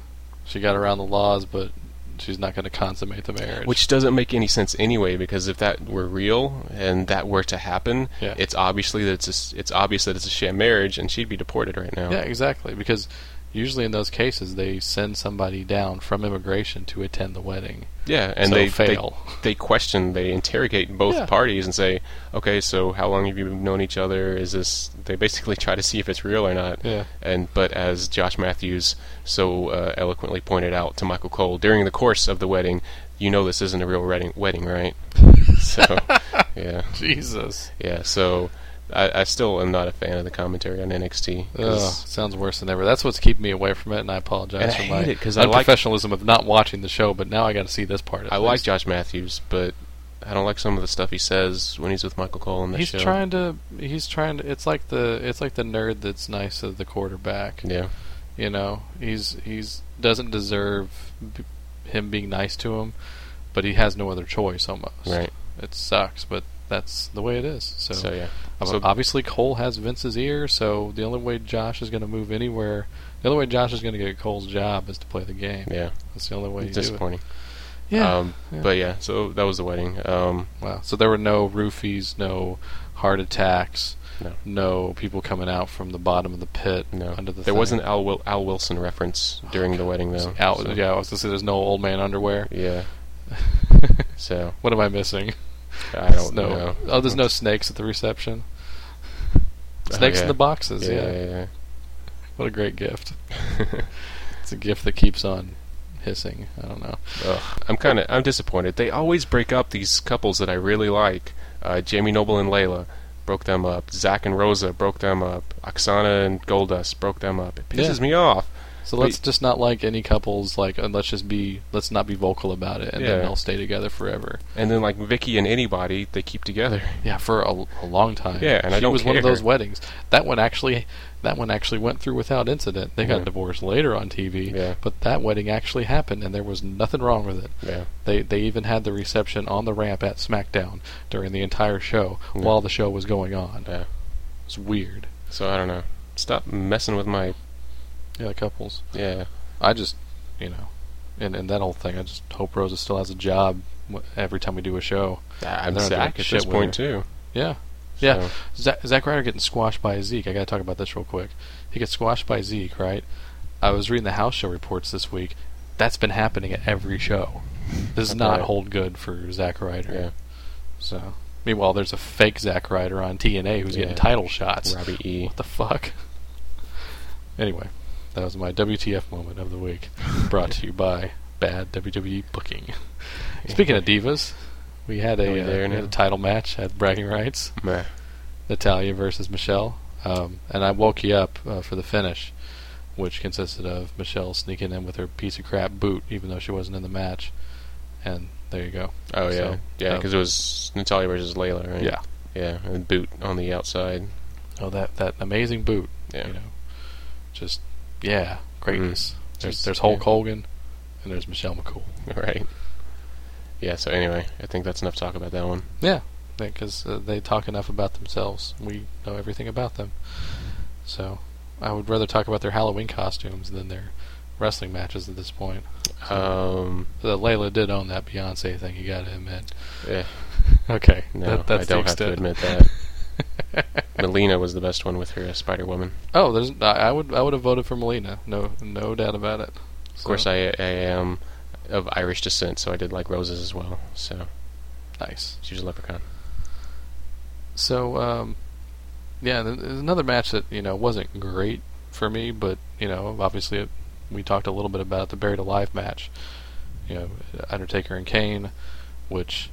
S3: she got around the laws, but she's not going to consummate the marriage.
S4: Which doesn't make any sense anyway, because if that were real and that were to happen,
S3: Yeah.
S4: it's obviously that it's a s it's obvious that it's a sham marriage, and she'd be deported right now.
S3: yeah, exactly. Because usually in those cases, they send somebody down from immigration to attend the wedding.
S4: Yeah, and
S3: So
S4: they
S3: fail.
S4: They, they question, they interrogate both
S3: Yeah.
S4: parties and say, okay, so how long have you known each other? Is this? They basically try to see if it's real or not.
S3: Yeah.
S4: And but as Josh Matthews so uh, eloquently pointed out to Michael Cole during the course of the wedding, you know this isn't a real wedding, wedding right? so, yeah.
S3: Jesus,
S4: Yeah, so I, I still am not a fan of the commentary on NXT. 'cause-
S3: Ugh, sounds worse than ever. That's what's keeping me away from it, and I apologize
S4: And I
S3: for
S4: hate
S3: my
S4: it 'cause I like-
S3: unprofessionalism of not watching the show. But now I got to see this part. at
S4: I like
S3: least.
S4: Josh Matthews, but I don't like some of the stuff he says when he's with Michael Cole in the
S3: He's
S4: show.
S3: trying to. He's trying to. It's like the. It's like the nerd that's nice to the quarterback.
S4: Yeah,
S3: You know, he's he's doesn't deserve b- him being nice to him, but he has no other choice almost.
S4: right.
S3: It sucks, but that's the way it is. So,
S4: So, yeah,
S3: ob-
S4: so-
S3: obviously Cole has Vince's ear, so the only way Josh is going to move anywhere, the only way Josh is going to get Cole's job is to play the game.
S4: yeah,
S3: That's the only way you
S4: it's
S3: do it.
S4: disappointing.
S3: Yeah.
S4: um,
S3: yeah.
S4: But yeah, so that was the wedding. Um,
S3: wow. So there were no roofies, no heart attacks,
S4: No.
S3: people coming out from the bottom of the pit
S4: no,
S3: under the
S4: there
S3: thing.
S4: was an Al, Wil- Al Wilson reference during the wedding though.
S3: out.
S4: so-
S3: Yeah, I was going to say there's no old man underwear.
S4: yeah. So
S3: What am I missing?
S4: I don't
S3: no.
S4: know.
S3: Oh, there's no snakes at the reception.
S4: Oh,
S3: Snakes
S4: yeah.
S3: in the boxes.
S4: Yeah,
S3: Yeah.
S4: yeah,
S3: What a great gift.
S4: yeah.
S3: It's a gift that keeps on hissing. I don't know.
S4: Ugh, I'm kind of I'm disappointed. They always break up these couples that I really like. Uh, Jamie Noble and Layla broke them up. Zach and Rosa broke them up. Oksana and Goldust broke them up. It pisses
S3: Yeah.
S4: me off.
S3: So
S4: Wait.
S3: let's just not like any couples. Like, and let's just be. Let's not be vocal about it, and then
S4: Yeah.
S3: they'll stay together forever.
S4: And then like Vicky and anybody, they keep together.
S3: Yeah, for a, a long time.
S4: Yeah, and I
S3: She
S4: don't
S3: was one of
S4: care.
S3: those weddings. That one actually, that one actually went through without incident. They got
S4: Yeah.
S3: divorced later on TV.
S4: Yeah.
S3: But that wedding actually happened, and there was nothing wrong with it.
S4: Yeah,
S3: They they even had the reception on the ramp at SmackDown during the entire show
S4: Yeah.
S3: while the show was going on.
S4: Yeah.
S3: It's weird.
S4: so I don't know. Stop messing with my
S3: Yeah, couples.
S4: yeah.
S3: I just, you know, and and that whole thing. I just hope Rosa still has a job wh- every time we do a show.
S4: I'm
S3: They're not doing
S4: Zach at
S3: shit
S4: this
S3: with
S4: point too.
S3: Yeah. Yeah. Zack Zach Ryder getting squashed by Zeke. I got to talk about this real quick. He gets squashed by Zeke, right? I was reading the house show reports this week. That's been happening at every show. This does
S4: That's
S3: not
S4: right.
S3: hold good for Zack Ryder.
S4: Yeah.
S3: So, meanwhile, there's a fake Zack Ryder on TNA who's
S4: Yeah.
S3: getting title shots.
S4: Robbie E.
S3: What the fuck? Anyway, that was my WTF moment of the week, brought to you by Bad WWE Booking. Speaking of divas, we had
S4: Are we
S3: a, uh,
S4: there
S3: we had
S4: now?
S3: a title match at Bragging Rights.
S4: Meh.
S3: Natalia versus Michelle, um, and I woke you up uh, for the finish, which consisted of Michelle sneaking in with her piece of crap boot, even though she wasn't in the match. And there you go.
S4: Oh yeah,
S3: So,
S4: yeah.
S3: um,
S4: Because it was Natalia versus Layla, right?
S3: Yeah.
S4: yeah. And boot on the outside.
S3: Oh, that that amazing boot.
S4: Yeah. Mm-hmm.
S3: You know, just yeah, greatness. There's
S4: Just-
S3: there's Hulk
S4: yeah.
S3: Hogan, and there's Michelle McCool.
S4: Right. Yeah, so anyway, I think that's enough talk about that one.
S3: because uh, they talk enough about themselves. We know everything about them. So, I would rather talk about their Halloween costumes than their wrestling matches at this point.
S4: Um,
S3: The Layla did own that Beyonce thing. You gotta admit.
S4: eh,
S3: Okay,
S4: no,
S3: that, that's
S4: I don't
S3: the
S4: have
S3: extent.
S4: to admit that. Melina was the best one with her uh, Spider Woman.
S3: Oh, there's. I, I would. I would have voted for Melina. No, no doubt about it.
S4: Of course, I, I am of Irish descent, so I did like roses as well. So
S3: Nice.
S4: she was a leprechaun.
S3: So, um, yeah, th- there's another match that you know wasn't great for me, but you know, obviously, it, we talked a little bit about the buried alive match. You know, Undertaker and Kane, which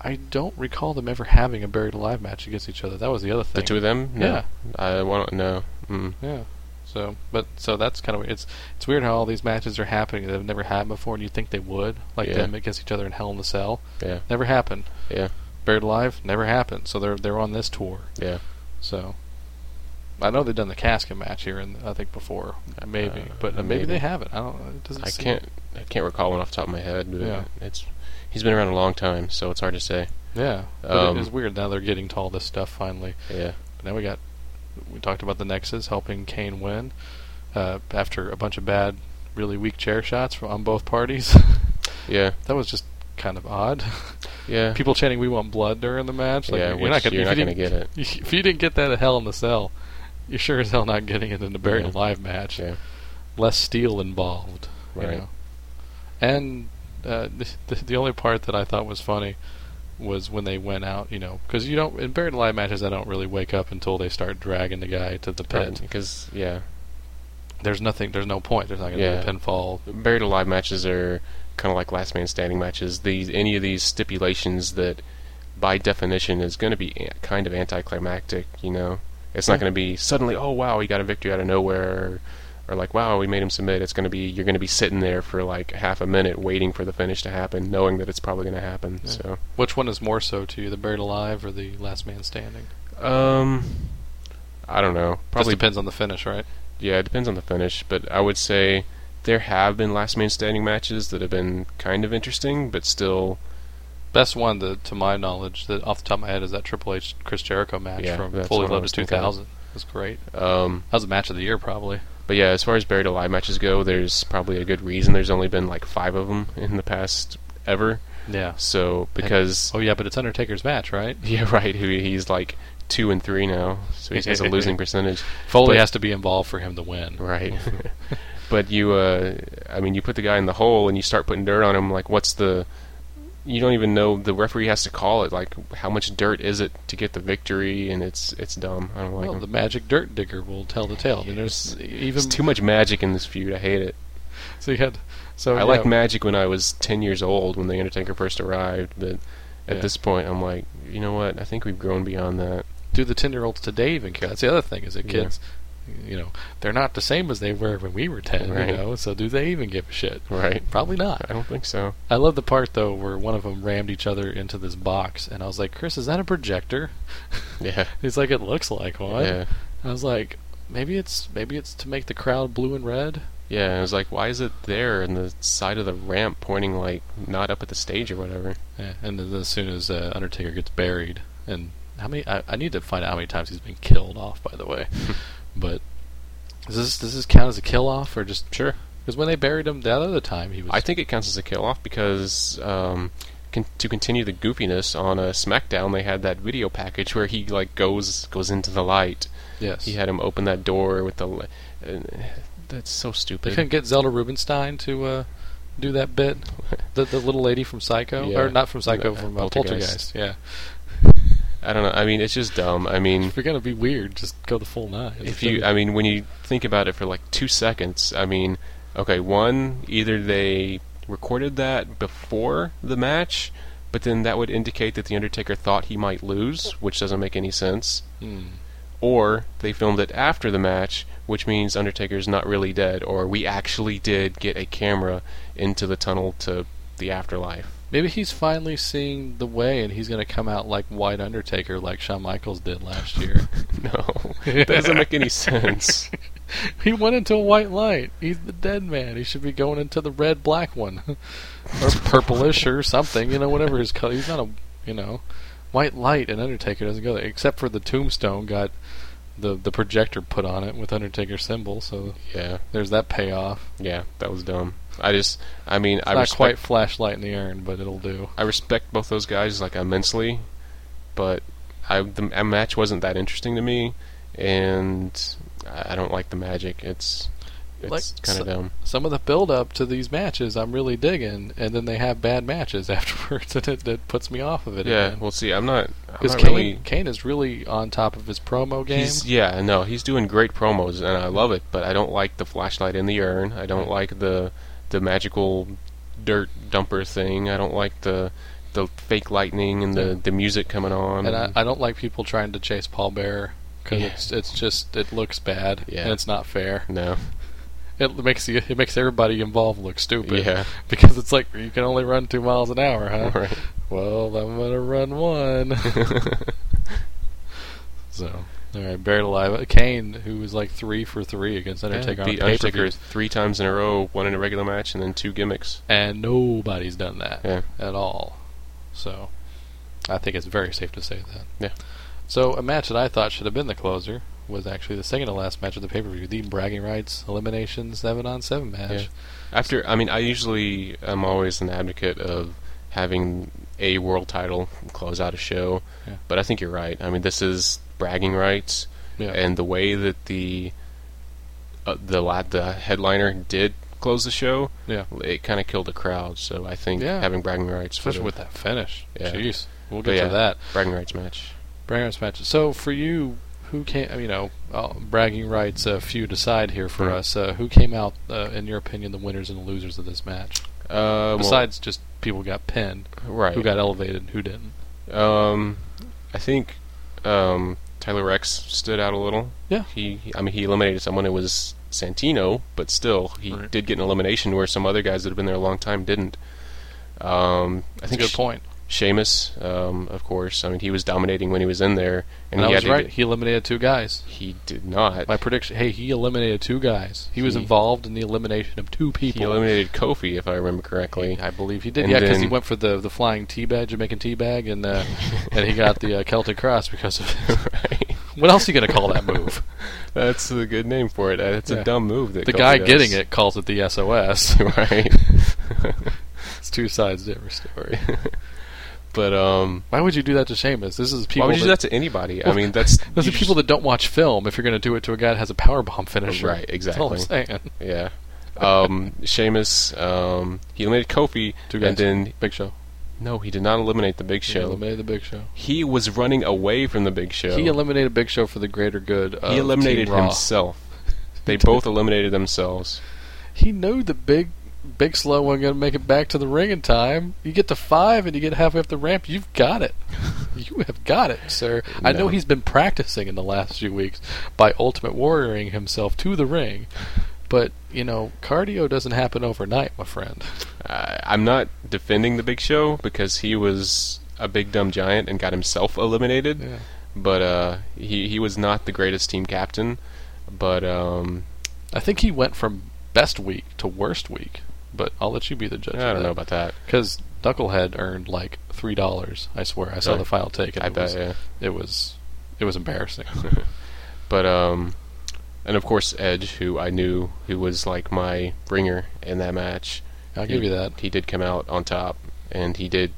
S3: I don't recall them ever having a buried alive match against each other. That was the other
S4: The
S3: thing.
S4: two of them? No. I want to know. Mm.
S3: Yeah. So, but so that's kind of it's it's weird how all these matches are happening that have never happened before, and you think they would, like
S4: Yeah.
S3: them against each other in Hell in the Cell.
S4: Yeah.
S3: Never happened.
S4: Yeah.
S3: Buried Alive never happened. So they're they're on this tour.
S4: Yeah.
S3: So I know they've done the casket match here, and I think before maybe,
S4: Uh,
S3: but uh, maybe,
S4: maybe.
S3: they haven't. I don't. It doesn't.
S4: I
S3: seem-
S4: can't. I can't recall one off the top of my head. But
S3: Yeah.
S4: It's. He's been around a long time, so it's hard to say.
S3: Yeah. But
S4: Um,
S3: it is weird now. They're getting to all this stuff finally.
S4: Yeah.
S3: But now we got. We talked about the Nexus helping Kane win uh, after a bunch of bad, really weak chair shots from on both parties.
S4: Yeah.
S3: That was just kind of odd.
S4: Yeah.
S3: People chanting "We want blood" during the match. Like,
S4: yeah.
S3: you're
S4: which
S3: not gonna,
S4: you're
S3: if
S4: not
S3: you
S4: going to
S3: didn't-
S4: get it.
S3: If you didn't get that at Hell in the Cell, you're sure as hell not getting it in the Buried
S4: Yeah.
S3: Alive match.
S4: Yeah.
S3: Less steel involved. You
S4: Right.
S3: know? And uh, the, the only part that I thought was funny was when they went out. You know, because you don't in Buried Alive matches, I don't really wake up until they start dragging the guy to the pit.
S4: Because yeah,
S3: There's nothing. There's no point. There's not going to
S4: Yeah.
S3: be a pinfall.
S4: buried alive matches are kind of like last man standing matches. These any of these stipulations that, by definition, is going to be a- kind of anticlimactic. You know, it's
S3: Yeah.
S4: not going to be suddenly, oh wow, he got a victory out of nowhere, or, like wow, we made him submit. It's going to be you're going to be sitting there for like half a minute waiting for the finish to happen, knowing that it's probably going to happen.
S3: Yeah.
S4: So.
S3: Which one is more so to you, the Buried Alive or the Last Man Standing?
S4: Um, I don't know.
S3: Probably
S4: Probably,
S3: depends on the finish, right?
S4: yeah, it depends on the finish, but I would say there have been last man standing matches that have been kind of interesting, but still,
S3: Best one, to, to my knowledge, that off the top of my head is that Triple H Chris Jericho match
S4: Yeah,
S3: from
S4: that's
S3: Fully
S4: what I
S3: Loaded
S4: was thinking of.
S3: 2000. It was great.
S4: um,
S3: That was a match of the year, probably.
S4: but yeah, as far as buried alive matches go, there's probably a good reason. There's only been like five of them in the past ever,
S3: Yeah.
S4: so because
S3: Oh yeah, but it's Undertaker's match, right?
S4: yeah, right, he, he's like two and three now, so he has a losing percentage.
S3: Foley
S4: But-
S3: has to be involved for him to win.
S4: Right. but you, uh, I mean, you put the guy in the hole and you start putting dirt on him. Like, what's the? You don't even know the referee has to call it. Like, how much dirt is it to get the victory? And it's it's dumb. I don't like
S3: Well, the
S4: him.
S3: Magic Dirt Digger will tell the tale. I mean, there's even
S4: There's too much magic in this feud. I hate it.
S3: so you had so
S4: I
S3: yeah,
S4: liked magic when I was ten years old when the Undertaker first arrived, but at
S3: Yeah.
S4: this point, I'm like, you know what? I think we've grown beyond that.
S3: do the ten year olds today even care? That's the other thing is that
S4: Yeah.
S3: kids, you know, they're not the same as they were when we were ten.
S4: Right.
S3: You know, so do they even give a shit?
S4: Right.
S3: Probably not.
S4: I don't think so.
S3: I love the part though where one of them rammed each other into this box, and I was like, "Chris, is that a projector?"
S4: Yeah.
S3: He's like, "It looks like one."
S4: Yeah.
S3: I was like, "Maybe it's maybe it's to make the crowd blue and red."
S4: Yeah, and I was like, why is it there in the side of the ramp pointing, like, not up at the stage or whatever?
S3: Yeah, Eh, and then as soon as uh, Undertaker gets buried, and how many? I, I need to find out how many times he's been killed off. By the way, but does this does this count as a kill off or just sure? Because when they buried him that other time, he was
S4: I think it counts as a kill off because um, con- to continue the goofiness on a SmackDown, they had that video package where he like goes goes into the light.
S3: yes.
S4: He had him open that door with the. Li- uh, that's so
S3: They
S4: stupid.
S3: couldn't get Zelda Rubinstein to uh, do that bit. The, the little lady from Psycho,
S4: Yeah.
S3: or not from Psycho,
S4: Uh,
S3: from uh, Poltergeist.
S4: Poltergeist.
S3: Yeah,
S4: I don't know. I mean, it's just dumb. I mean,
S3: if you're gonna be weird, just go the full nine.
S4: if you i mean when you think about it for like two seconds i mean okay one either they recorded that before the match but then that would indicate that the undertaker thought he might lose which doesn't make any sense
S3: Hmm.
S4: or they filmed it after the match which means undertaker's not really dead or we actually did get a camera into the tunnel to the afterlife
S3: Maybe he's finally seeing the way, and he's gonna come out like White Undertaker, like Shawn Michaels did last year.
S4: no that doesn't make any sense
S3: he went into a white light. He's the dead man. He should be going into the red black one, or purplish or something. You know, whatever his color. He's not a you know white light. And Undertaker doesn't go there, except for the tombstone got the the projector put on it with Undertaker symbol. So
S4: yeah
S3: there's that payoff.
S4: yeah that was dumb i just i mean i
S3: not
S4: respect
S3: quite flashlight in the urn, but it'll do.
S4: I respect both those guys like immensely, but I the a match wasn't that interesting to me, and I I don't like the magic. It's It's
S3: Like,
S4: kind of
S3: so-
S4: dumb.
S3: Some of the build up to these matches I'm really digging, and then they have bad matches afterwards, and it, it puts me off of it.
S4: Yeah, well, see, I'm not. I'm
S3: because
S4: not
S3: Kane
S4: really.
S3: Kane is really on top of his promo game.
S4: He's, yeah, no, he's doing great promos, and I love it. But I don't like the flashlight in the urn. I don't like the the magical dirt dumper thing. I don't like the the fake lightning and the, the music coming on.
S3: and I, I don't like people trying to chase Paul Bearer because
S4: Yeah.
S3: it's it's just it looks bad
S4: Yeah.
S3: and it's not fair.
S4: no,
S3: It makes you it makes everybody involved look stupid.
S4: yeah,
S3: because it's like you can only run two miles an hour, huh?
S4: right.
S3: Well, I'm gonna run one. so, all right, buried alive. Uh, Kane, who was like three for three against Undertaker
S4: beat
S3: on pay
S4: Undertaker three times in a row, one in a regular match, and then two gimmicks.
S3: and nobody's done that
S4: Yeah.
S3: at all. So, I think it's very safe to say that.
S4: Yeah.
S3: So, a match that I thought should have been the closer was actually the second to last match of the pay per view, the bragging rights elimination seven on seven match.
S4: Yeah. After, I mean, I usually am always an advocate of having a world title close out a show,
S3: Yeah.
S4: but I think you're right. I mean, this is bragging rights,
S3: Yeah.
S4: and the way that the uh, the la- the headliner did close the show,
S3: Yeah.
S4: it kind of killed the crowd. So I think
S3: Yeah.
S4: having bragging rights, for
S3: Especially
S4: the
S3: with that finish.
S4: Yeah.
S3: Jeez. We'll
S4: But
S3: get
S4: yeah.
S3: to that.
S4: bragging rights match,
S3: Bragging rights match. So for you, who came? You know, uh, bragging rights uh, feud aside here for
S4: Right.
S3: us. Uh, who came out, uh, in your opinion, the winners and the losers of this match?
S4: uh, well,
S3: Besides just people got pinned,
S4: right?
S3: who got elevated, and who didn't.
S4: Um, I think um, Tyler Rex stood out a little.
S3: Yeah.
S4: He, I mean, he eliminated someone. It was Santino, but still, he
S3: Right.
S4: did get an elimination where some other guys that have been there a long time didn't. Um, I
S3: That's a
S4: think
S3: good point.
S4: She- Sheamus, um, of course. I mean, he was dominating when he was in there,
S3: And
S4: and
S3: I
S4: he
S3: was
S4: had to
S3: right.
S4: get-
S3: He eliminated two guys.
S4: he did not.
S3: My prediction. Hey, he eliminated two guys. He, was
S4: He-
S3: involved in the elimination of two
S4: he
S3: people.
S4: eliminated Kofi, if I remember correctly.
S3: I believe he did.
S4: And
S3: Yeah, 'cause yeah, because he
S4: then-
S3: went for the the flying teabag, Jamaican teabag, and uh, and he got the uh, Celtic cross because of.
S4: right.
S3: what else are you gonna call that move?
S4: That's a good name for it. That's
S3: Yeah.
S4: a dumb move. That
S3: The
S4: Kofi
S3: guy
S4: does.
S3: getting it calls it the SOS.
S4: right.
S3: It's two sides to every story.
S4: but um,
S3: Why would you do that to Seamus? This is people.
S4: Why would you do
S3: that,
S4: that to anybody? I
S3: Well,
S4: mean, that's
S3: Those
S4: you
S3: are people that
S4: just-
S3: don't watch film. If you're going to do it to a guy that has a power bomb finisher,
S4: Right,
S3: That's all I'm saying.
S4: yeah. Um, Sheamus, um, he eliminated Kofi,
S3: Two guys.
S4: and then
S3: Big Show.
S4: no, he did not eliminate the Big
S3: He
S4: Show.
S3: eliminated the Big Show.
S4: He was running away from the Big Show.
S3: He eliminated Big Show for the greater good. Of
S4: He eliminated
S3: Team Raw.
S4: himself. They both eliminated themselves.
S3: He knew the big, big slow wasn't going to make it back to the ring in time. You get to five and you get halfway up the ramp. You've got it. you have got it, sir. I know
S4: No.
S3: he's been practicing in the last few weeks by ultimate warrioring himself to the ring, but you know cardio doesn't happen overnight, my friend.
S4: I I'm not defending the Big Show because he was a big dumb giant and got himself eliminated.
S3: Yeah.
S4: But uh, he he was not the greatest team captain. But um,
S3: I think he went from best week to worst week, but I'll let you be the judge.
S4: I don't know about that.
S3: because Knucklehead earned like three dollars. I swear, I saw
S4: Really?
S3: the final take. And
S4: I
S3: it
S4: bet.
S3: was,
S4: yeah.
S3: it was it was embarrassing.
S4: But um, and of course Edge, who I knew, who was like my ringer in that match.
S3: I'll
S4: he-
S3: give you that.
S4: He did come out on top, and he did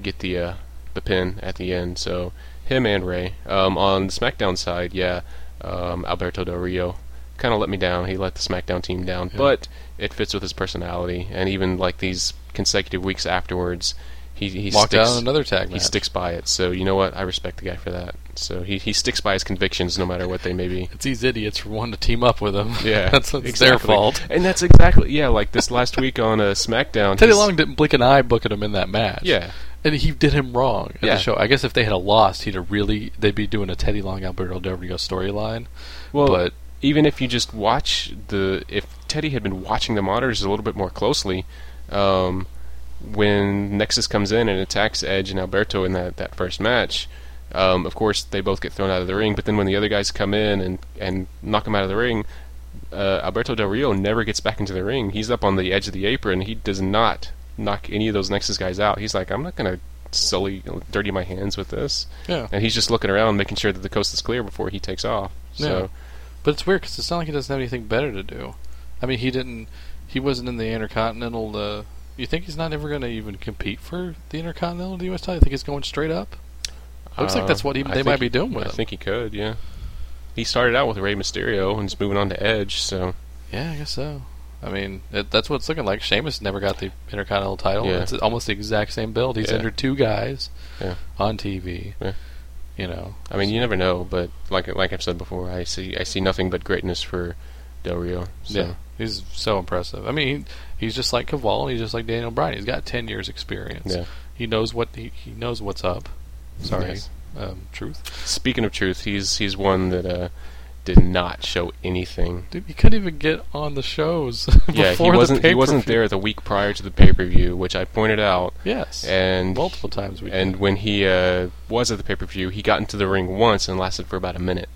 S4: get the uh, the pin at the end. So him and Ray. Um, on the SmackDown side, yeah, um, Alberto Del Rio kind of let me down. He let the SmackDown team down,
S3: Yeah.
S4: but it fits with his personality. And even like these consecutive weeks afterwards, he he
S3: Locked
S4: sticks,
S3: down another tag
S4: he
S3: match.
S4: sticks by it. So you know what? I respect the guy for that. So he he sticks by his convictions no matter what they may be.
S3: It's these idiots for wanting to team up with him.
S4: Yeah,
S3: that's it's their
S4: exactly.
S3: fault.
S4: And that's exactly yeah. Like this last week on uh, SmackDown,
S3: Teddy
S4: he's-
S3: Long didn't blink an eye booking him in that match.
S4: Yeah,
S3: and he did him wrong at
S4: Yeah.
S3: the show. I guess if they had a lost, he'd have really they'd be doing a Teddy Long Alberto Del Rio storyline.
S4: well,
S3: but
S4: even if you just watch the if Teddy had been watching the monitors a little bit more closely, um, when Nexus comes in and attacks Edge and Alberto in that that first match. Um, of course, they both get thrown out of the ring, but then when the other guys come in and, and knock them out of the ring, uh, Alberto Del Rio never gets back into the ring. He's up on the edge of the apron. He does not knock any of those Nexus guys out. He's like, I'm not going to sully, dirty my hands with this.
S3: yeah,
S4: And he's just looking around, making sure that the coast is clear before he takes off. So,
S3: But it's weird because it's not like he doesn't have anything better to do. I mean, he didn't. He wasn't in the Intercontinental. Uh, you think he's not ever going to even compete for the Intercontinental the U.S. title? You think he's going straight up? Looks like
S4: uh,
S3: that's what he,
S4: I
S3: they
S4: think
S3: might be
S4: he-
S3: doing with
S4: I
S3: him.
S4: think he could, yeah. He started out with Rey Mysterio and he's moving on to Edge, so
S3: Yeah, I guess so. I mean, it, that's what it's looking like. Sheamus never got the Intercontinental title.
S4: Yeah.
S3: It's almost the exact same build. He's
S4: Yeah.
S3: entered two guys
S4: Yeah.
S3: on TV.
S4: Yeah.
S3: You know,
S4: I mean, you never know, but like like I've said before, I see I see nothing but greatness for Del Rio. So.
S3: yeah, he's so impressive. I mean, he, he's just like Caval. He's just like Daniel Bryan. He's got ten years experience.
S4: Yeah.
S3: He knows what he, he knows what's up. Sorry,
S4: Yes.
S3: um, truth.
S4: Speaking of truth, he's he's one that uh, did not show anything.
S3: Dude, he couldn't even get on the shows
S4: Yeah, he
S3: before
S4: wasn't
S3: the
S4: he wasn't
S3: pay-per-view.
S4: there the week prior to the pay per view, which I pointed out.
S3: Yes,
S4: And
S3: multiple times we
S4: and when he uh, was at the pay per view, he got into the ring once and lasted for about a minute.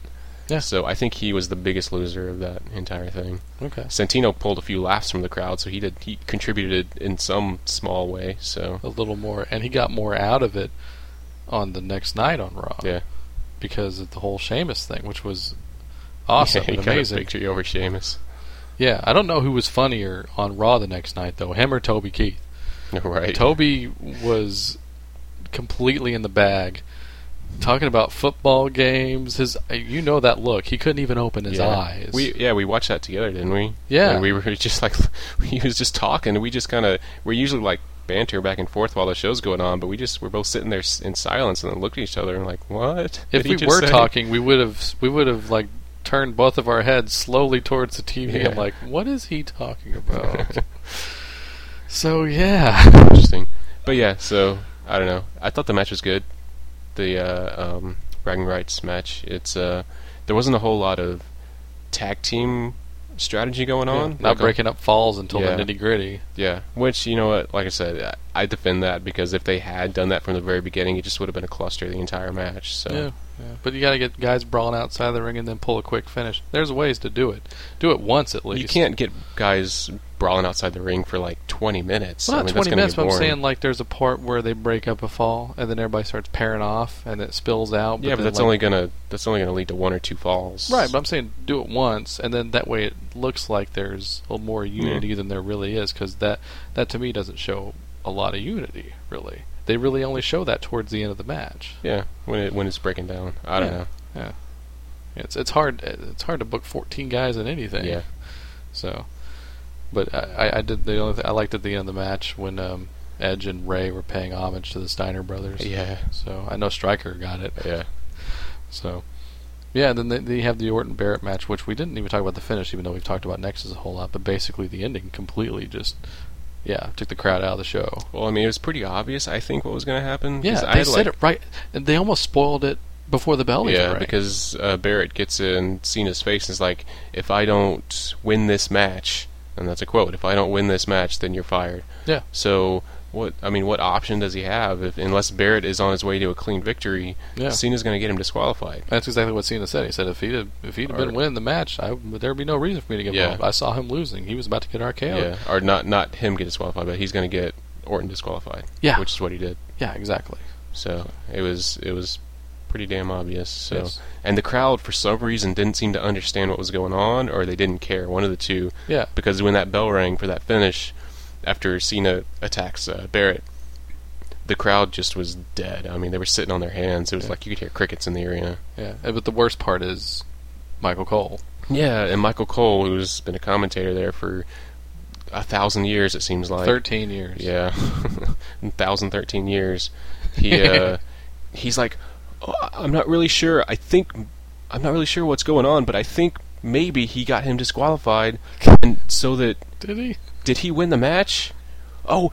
S3: Yeah.
S4: So I think he was the biggest loser of that entire thing.
S3: okay.
S4: Santino pulled a few laughs from the crowd, so he did he contributed in some small way. So
S3: a little more, and he got more out of it on the next night on Raw.
S4: Yeah.
S3: because of the whole Sheamus thing, which was awesome
S4: he
S3: and
S4: got a
S3: amazing.
S4: victory over Sheamus.
S3: yeah, I don't know who was funnier on Raw the next night though, him or Toby Keith.
S4: right.
S3: Toby was completely in the bag, talking about football games. His, you know that look. He couldn't even open his
S4: yeah.
S3: eyes.
S4: We yeah, we watched that together, didn't we?
S3: Yeah.
S4: And we were just like he was just talking and we just kind of we're usually like banter back and forth while the show's going on, but we just we're both sitting there s- in silence and then looked at each other and like, "What?"
S3: if
S4: did he
S3: we
S4: just
S3: were
S4: say?"
S3: talking, we would have we would have like turned both of our heads slowly towards the TV.
S4: Yeah.
S3: I'm like, what is he talking about? so yeah,
S4: interesting. But yeah, so I don't know. I thought the match was good. The uh, um, bragging rights match. It's uh, there wasn't a whole lot of tag team strategy going on.
S3: not
S4: Like,
S3: breaking up falls until
S4: Yeah.
S3: the nitty gritty.
S4: Yeah, which you know what? Like I said, I I defend that because if they had done that from the very beginning, it just would have been a cluster the entire match. So
S3: Yeah, yeah. But you got to get guys brawling outside the ring and then pull a quick finish. There's ways to do it. Do it once at least.
S4: you can't get guys brawling outside the ring for like 20 minutes.
S3: Well,
S4: I
S3: not
S4: mean, that's
S3: 20
S4: gonna
S3: minutes,
S4: get
S3: but I'm
S4: boring.
S3: saying like there's a part where they break up a fall and then everybody starts pairing off and it spills out.
S4: yeah, but
S3: then,
S4: that's
S3: like-
S4: only gonna that's only gonna lead to one or two falls.
S3: Right, but I'm saying do it once, and then that way it looks like there's a more unity than there really is, because that that to me doesn't show a lot of unity. Really, they really only show that towards the end of the match.
S4: yeah, when it when it's breaking down, I don't
S3: Yeah.
S4: know.
S3: It's it's hard it's hard to book 14 guys in anything.
S4: Yeah.
S3: So, but I, I- I did the only thing, I liked at the end of the match when um, Edge and Ray were paying homage to the Steiner brothers.
S4: Yeah,
S3: So I know Stryker got it.
S4: yeah.
S3: So, yeah, then they, they have the Orton Barrett match, which we didn't even talk about the finish, even though we've talked about Nexus a whole lot. But basically, the ending completely just, yeah, took the crowd out of the show.
S4: Well, I mean, it was pretty obvious. I think what was gonna happen. 'cause
S3: Yeah,
S4: I
S3: they
S4: had,
S3: said
S4: like,
S3: it right, and they almost spoiled it before the bell even
S4: Yeah,
S3: rang.
S4: because uh, Barrett gets in Cena's face and is like, "If I don't win this match," and that's a quote, "If I don't win this match, then you're fired."
S3: Yeah.
S4: So what? I mean, what option does he have if unless Barrett is on his way to a clean victory?
S3: Yeah.
S4: Cena's going to get him disqualified.
S3: that's exactly what Cena said. He said if he'd have, if he'd have
S4: Or-
S3: been winning the match, I, there'd be no reason for me to get
S4: Yeah.
S3: involved. I saw him losing; he was about to get RKO.
S4: Yeah. Or not not him get disqualified, but he's going to get Orton disqualified.
S3: Yeah.
S4: Which is what he did.
S3: Yeah, exactly.
S4: So it was it was pretty damn obvious. So
S3: Yes.
S4: and the crowd for some reason didn't seem to understand what was going on, or they didn't care. One of the two.
S3: Yeah,
S4: because when that bell rang for that finish, after Cena attacks uh, Barrett, the crowd just was dead. I mean, they were sitting on their hands. It was
S3: Yeah.
S4: like you could hear crickets in the arena.
S3: yeah. Uh, But the worst part is Michael Cole.
S4: Yeah, and Michael Cole, who's been a commentator there for a thousand years, it seems like.
S3: Thirteen years.
S4: Yeah, thousand thirteen years. He uh, he's like, "Oh, I'm not really sure. I think I'm not really sure what's going on, but I think maybe he got him disqualified, and so that
S3: Did he?
S4: did he win the match? Oh,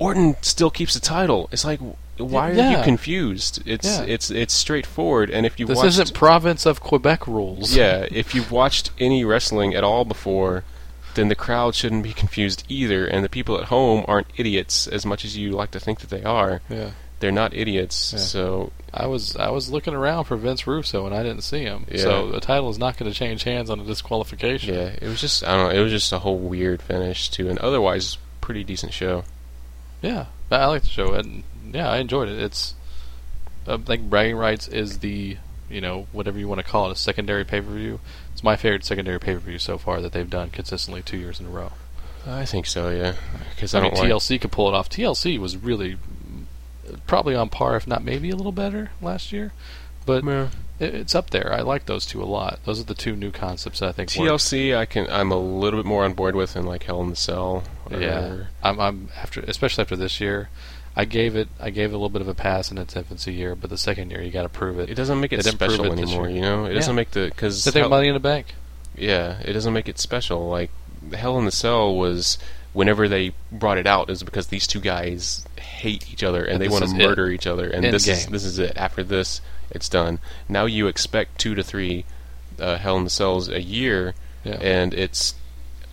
S4: Orton still keeps the title. It's like, why are
S3: Yeah.
S4: you confused? It's
S3: Yeah.
S4: it's it's straightforward. And if you
S3: This
S4: watched,
S3: isn't province of Quebec rules.
S4: yeah, if you've watched any wrestling at all before, then the crowd shouldn't be confused either. And the people at home aren't idiots as much as you like to think that they are.
S3: Yeah.
S4: They're not idiots.
S3: Yeah.
S4: So
S3: I was I was looking around for Vince Russo and I didn't see him.
S4: Yeah.
S3: So the title is not going to change hands on a disqualification.
S4: yeah, it was just I don't know. It was just a whole weird finish to an otherwise pretty decent show.
S3: Yeah, but I like the show and yeah, I enjoyed it. It's I think bragging rights is the you know whatever you want to call it a secondary pay per view. It's my favorite secondary pay per view so far that they've done consistently two years in a row.
S4: I think so. Yeah, because
S3: I,
S4: I,
S3: mean
S4: don't like.
S3: TLC could pull it off. TLC was really mm, probably on par, if not maybe a little better last year. but
S4: Yeah.
S3: it, it's up there. I like those two a lot. Those are the two new concepts that I think work.
S4: TLC, I can I'm a little bit more on board with, and like Hell in the Cell. or-
S3: Yeah, I'm, I'm after, especially after this year. I gave it, I gave it a little bit of a pass in its infancy year, but the second year you got to prove it.
S4: It doesn't make it,
S3: They didn't prove
S4: special
S3: it this
S4: anymore,
S3: year.
S4: you know. It
S3: Yeah.
S4: doesn't make the because
S3: Did they have money in the bank?
S4: yeah, it doesn't make it special. Like Hell in the Cell was whenever they brought it out is because these two guys hate each other and,
S3: And
S4: they
S3: this
S4: want
S3: is
S4: to
S3: it.
S4: murder each other, and
S3: End
S4: this is
S3: game.
S4: this is it. After this, it's done. Now you expect two to three uh, Hell in the Cells a year,
S3: Yeah.
S4: and it's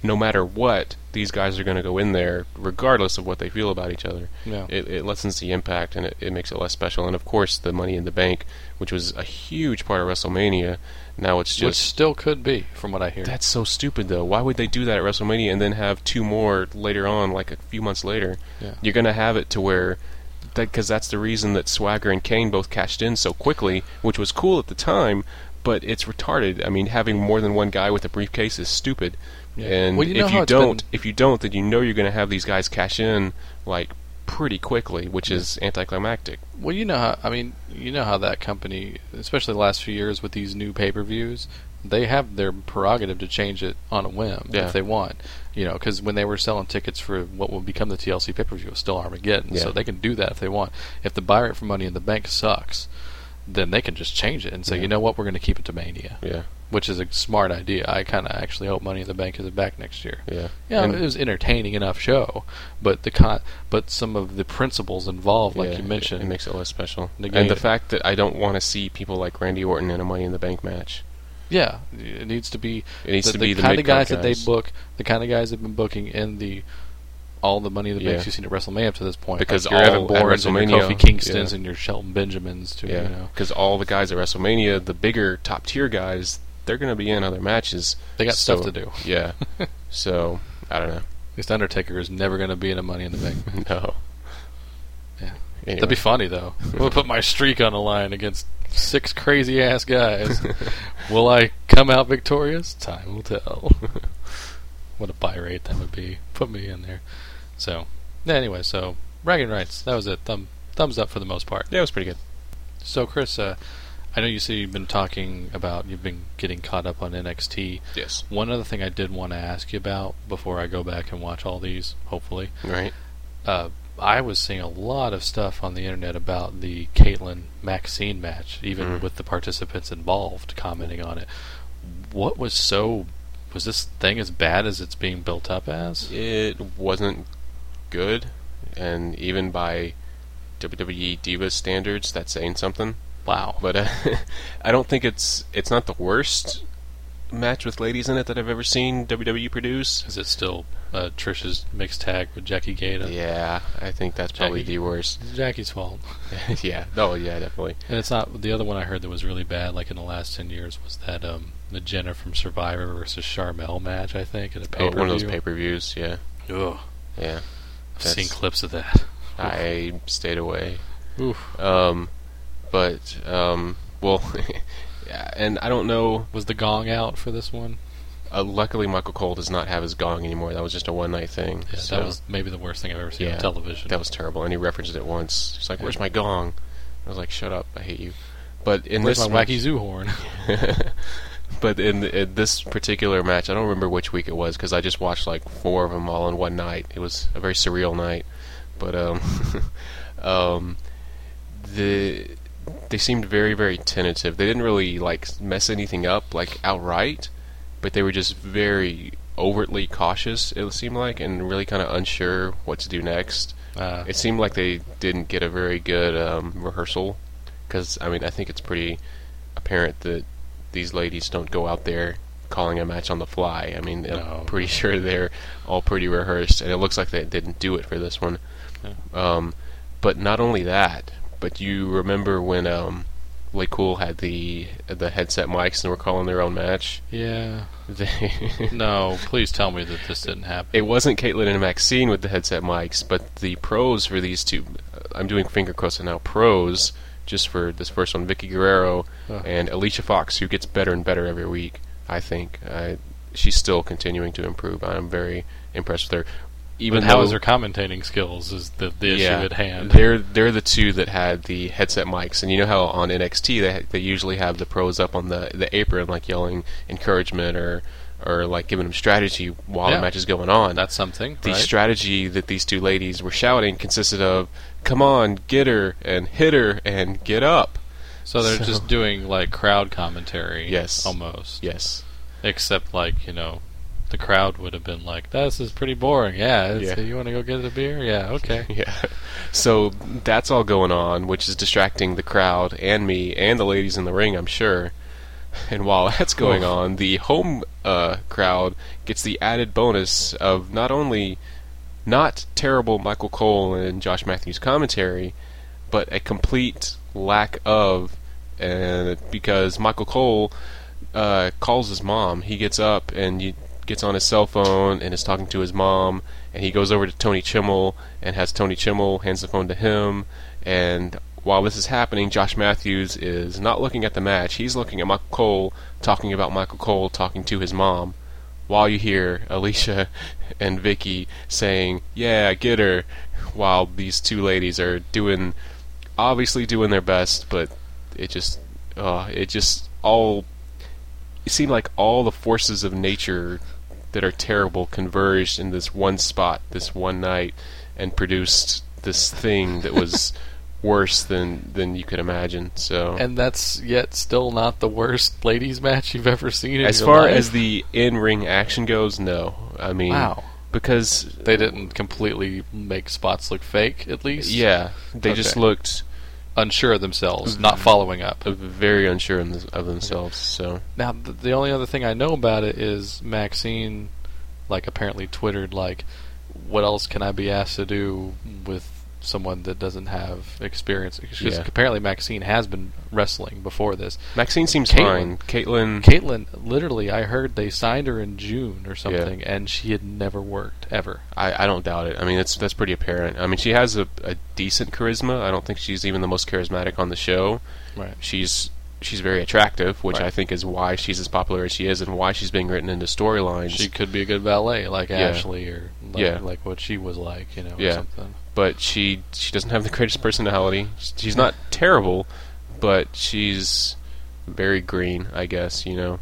S4: no matter what these guys are going to go in there regardless of what they feel about each other
S3: Yeah.
S4: it, it lessens the impact and it, it makes it less special and of course the money in the bank which was a huge part of wrestlemania now it's
S3: Which
S4: just
S3: still could be, from what I hear.
S4: that's so stupid though why would they do that at wrestlemania and then have two more later on like a few months later
S3: Yeah.
S4: you're going to have it to where because that's the reason that swagger and kane both cashed in so quickly which was cool at the time but it's retarded i mean having more than one guy with a briefcase is stupid
S3: Yeah.
S4: and
S3: Well, you know
S4: if
S3: how
S4: you
S3: it's been-
S4: don't if you don't then you know you're going to have these guys cash in like pretty quickly which is anticlimactic
S3: Well, you know how I mean, you know how that company, especially the last few years with these new pay-per-views, they have their prerogative to change it on a whim
S4: Yeah.
S3: if they want. You know, because when they were selling tickets for what will become the TLC pay-per-view, it was still Armageddon,
S4: Yeah.
S3: so they can do that if they want. If the buy rate for Money in the Bank sucks, then they can just change it and say,
S4: Yeah.
S3: you know what, we're going to keep it to Mania,
S4: yeah
S3: which is a smart idea. I kind of actually hope Money in the Bank is back next year.
S4: yeah
S3: Yeah,
S4: And-
S3: it was entertaining enough show, but the con- but some of the principles involved, like
S4: Yeah,
S3: you
S4: it-
S3: mentioned,
S4: it, makes it less special. And
S3: negate
S4: the
S3: it.
S4: fact that I don't want to see people like Randy Orton in a Money in the Bank match.
S3: Yeah, it needs to be.
S4: It needs
S3: the,
S4: to
S3: the
S4: be the
S3: kind of
S4: mid-card
S3: guys, that they
S4: guys.
S3: book, the kind of guys that've been booking in the all the money that
S4: Yeah.
S3: makes you seen at WrestleMania up to this point.
S4: Because
S3: like your
S4: all
S3: Evan
S4: at
S3: Bourne's and your
S4: WrestleMania,
S3: Kofi Kingston's
S4: yeah.
S3: and your Shelton Benjamins, too. You
S4: Yeah,
S3: know,
S4: because all the guys at WrestleMania, the bigger top tier guys, they're going to be in other matches.
S3: they got
S4: So-
S3: stuff to do.
S4: Yeah. so I don't know.
S3: This Undertaker is never going to be in a Money in the Bank.
S4: No.
S3: Yeah.
S4: Anyway.
S3: That'd be funny though. I'm gonna put my streak on the line against six crazy ass guys. will I come out victorious? Time will tell. what a buy rate that would be. Put me in there. So anyway, so bragging rights. That was it. Thumb thumbs up for the most part.
S4: yeah, it was pretty good.
S3: So Chris, uh, I know you say you've been talking about you've been getting caught up on NXT.
S4: Yes.
S3: One other thing I did want to ask you about before I go back and watch all these, hopefully
S4: Right.
S3: uh, I was seeing a lot of stuff on the internet about the Caitlyn Maxine match, even
S4: Mm.
S3: with the participants involved commenting on it. What was so? Was this thing as bad as it's being built up as?
S4: It wasn't good, and even by E WWE Divas standards, that's saying something.
S3: Wow.
S4: but uh, I don't think it's it's not the worst match with ladies in it that I've ever seen WWE produce.
S3: Is it still uh, Trish's mixed tag with Jackie Gata?
S4: Yeah, I think that's probably
S3: Jackie.
S4: the worst.
S3: It's Jackie's fault.
S4: yeah, no, yeah, definitely.
S3: And it's not the other one I heard that was really bad, like in the last ten years, was that um, the Jenna from Survivor versus Charmel match, I think, in a
S4: Oh,
S3: pay per
S4: one of those pay per views. Yeah,
S3: Ugh,
S4: yeah.
S3: I've
S4: That's-
S3: seen clips of that.
S4: I stayed away.
S3: Oof.
S4: Um, but um, well, yeah, and I don't know.
S3: Was the gong out for this one?
S4: Uh, luckily, Michael Cole does not have his gong anymore. That was just a one night thing.
S3: Yeah,
S4: so-
S3: that was maybe the worst thing I've ever seen
S4: Yeah,
S3: on television.
S4: That was terrible. And he referenced it once. He's like,
S3: Yeah.
S4: "Where's my gong?" I was like, "Shut up! I hate you." But in
S3: Where's
S4: this
S3: my
S4: match-
S3: wacky zoo horn?
S4: but in, in this particular match, I don't remember which week it was because I just watched like four of them all in one night. It was a very surreal night. But um, um, the they seemed very very tentative. They didn't really like mess anything up like outright, but they were just very overtly cautious. It seemed like and really kind of unsure what to do next.
S3: Uh,
S4: It seemed like they didn't get a very good um, rehearsal because I mean I think it's pretty apparent that these ladies don't go out there calling a match on the fly. I mean
S3: No.
S4: I'm pretty sure they're all pretty rehearsed, and it looks like they didn't do it for this one.
S3: Yeah.
S4: Um, but not only that, but you remember when um, Lay Cool had the the headset mics and were calling their own match.
S3: yeah.
S4: They
S3: No, please tell me that this didn't happen.
S4: it wasn't Caitlyn and Maxine with the headset mics, but the pros for these two. uh, I'm doing finger quotes now. Pros, just for this first one, Vicky Guerrero
S3: Huh.
S4: and Alicia Fox, who gets better and better every Uh, week. I think I, she's still continuing to improve. I'm very impressed with her. even
S3: But how
S4: though,
S3: is their commentating skills is the, the issue
S4: yeah,
S3: at hand.
S4: They're they're the two that had the headset mics, and you know how on NXT they they usually have the pros up on the the apron, like yelling encouragement or or like giving them strategy while
S3: Yeah.
S4: the match is going on.
S3: That's something,
S4: the
S3: right?
S4: strategy that these two ladies were shouting consisted of "Come on, get her and hit her and get up."
S3: so they're
S4: so-
S3: just doing like crowd commentary,
S4: Yes.
S3: almost.
S4: Yes,
S3: Except like you know, the crowd would have been like, "This is pretty boring." Yeah, it's-
S4: Yeah.
S3: you want to go get a beer? Yeah, okay.
S4: yeah. So that's all going on, which is distracting the crowd and me and the ladies in the ring, I'm sure. And while that's going
S3: Oof.
S4: on, the home uh, crowd gets the added bonus of not only not terrible Michael Cole and Josh Matthews commentary, but a complete lack of, and because Michael Cole uh, calls his mom. He gets up and you, gets on his cell phone and is talking to his mom, and he goes over to Tony Chimmel and has Tony Chimmel hands the phone to him. And while this is happening, Josh Matthews is not looking at the match. He's looking at Michael Cole, talking about Michael Cole, talking to his mom. While you hear Alicia and Vicky saying, "Yeah, get her," while these two ladies are doing, obviously doing their best, but it just, uh, it just all it seemed like all the forces of nature that are terrible converged in this one spot, this one night, and produced this thing that was worse than than you could imagine. So,
S3: And that's yet still not the worst ladies match you've ever seen. In
S4: as
S3: your
S4: far
S3: life.
S4: as the in-ring action goes, no. I mean,
S3: Wow.
S4: because
S3: they didn't completely make spots look fake, at least.
S4: yeah, they just
S3: Okay.
S4: looked
S3: unsure of themselves, not following up.
S4: very unsure of them- of themselves. So,
S3: Now, th- the only other thing I know about it is Maxine, like, apparently twittered, like, what else can I be asked to do with someone that doesn't have experience? Because
S4: Yeah.
S3: apparently Maxine has been wrestling before this.
S4: Maxine seems
S3: Caitlyn-
S4: fine. Caitlyn,
S3: Caitlyn, literally, I heard they signed her in June or something, and she had never worked, ever.
S4: I, I don't doubt it. I mean, that's that's pretty apparent. I mean, she has a, a decent charisma. I don't think she's even the most charismatic on the show.
S3: Right.
S4: She's she's very attractive, which
S3: Right.
S4: I think is why she's as popular as she is and why she's being written into storylines.
S3: She could be a good valet, like
S4: Yeah.
S3: Ashley, or like,
S4: Yeah.
S3: like what she was like, you know, or
S4: Yeah.
S3: something.
S4: but she she doesn't have the greatest personality. She's not terrible, but she's very green, I guess, you know.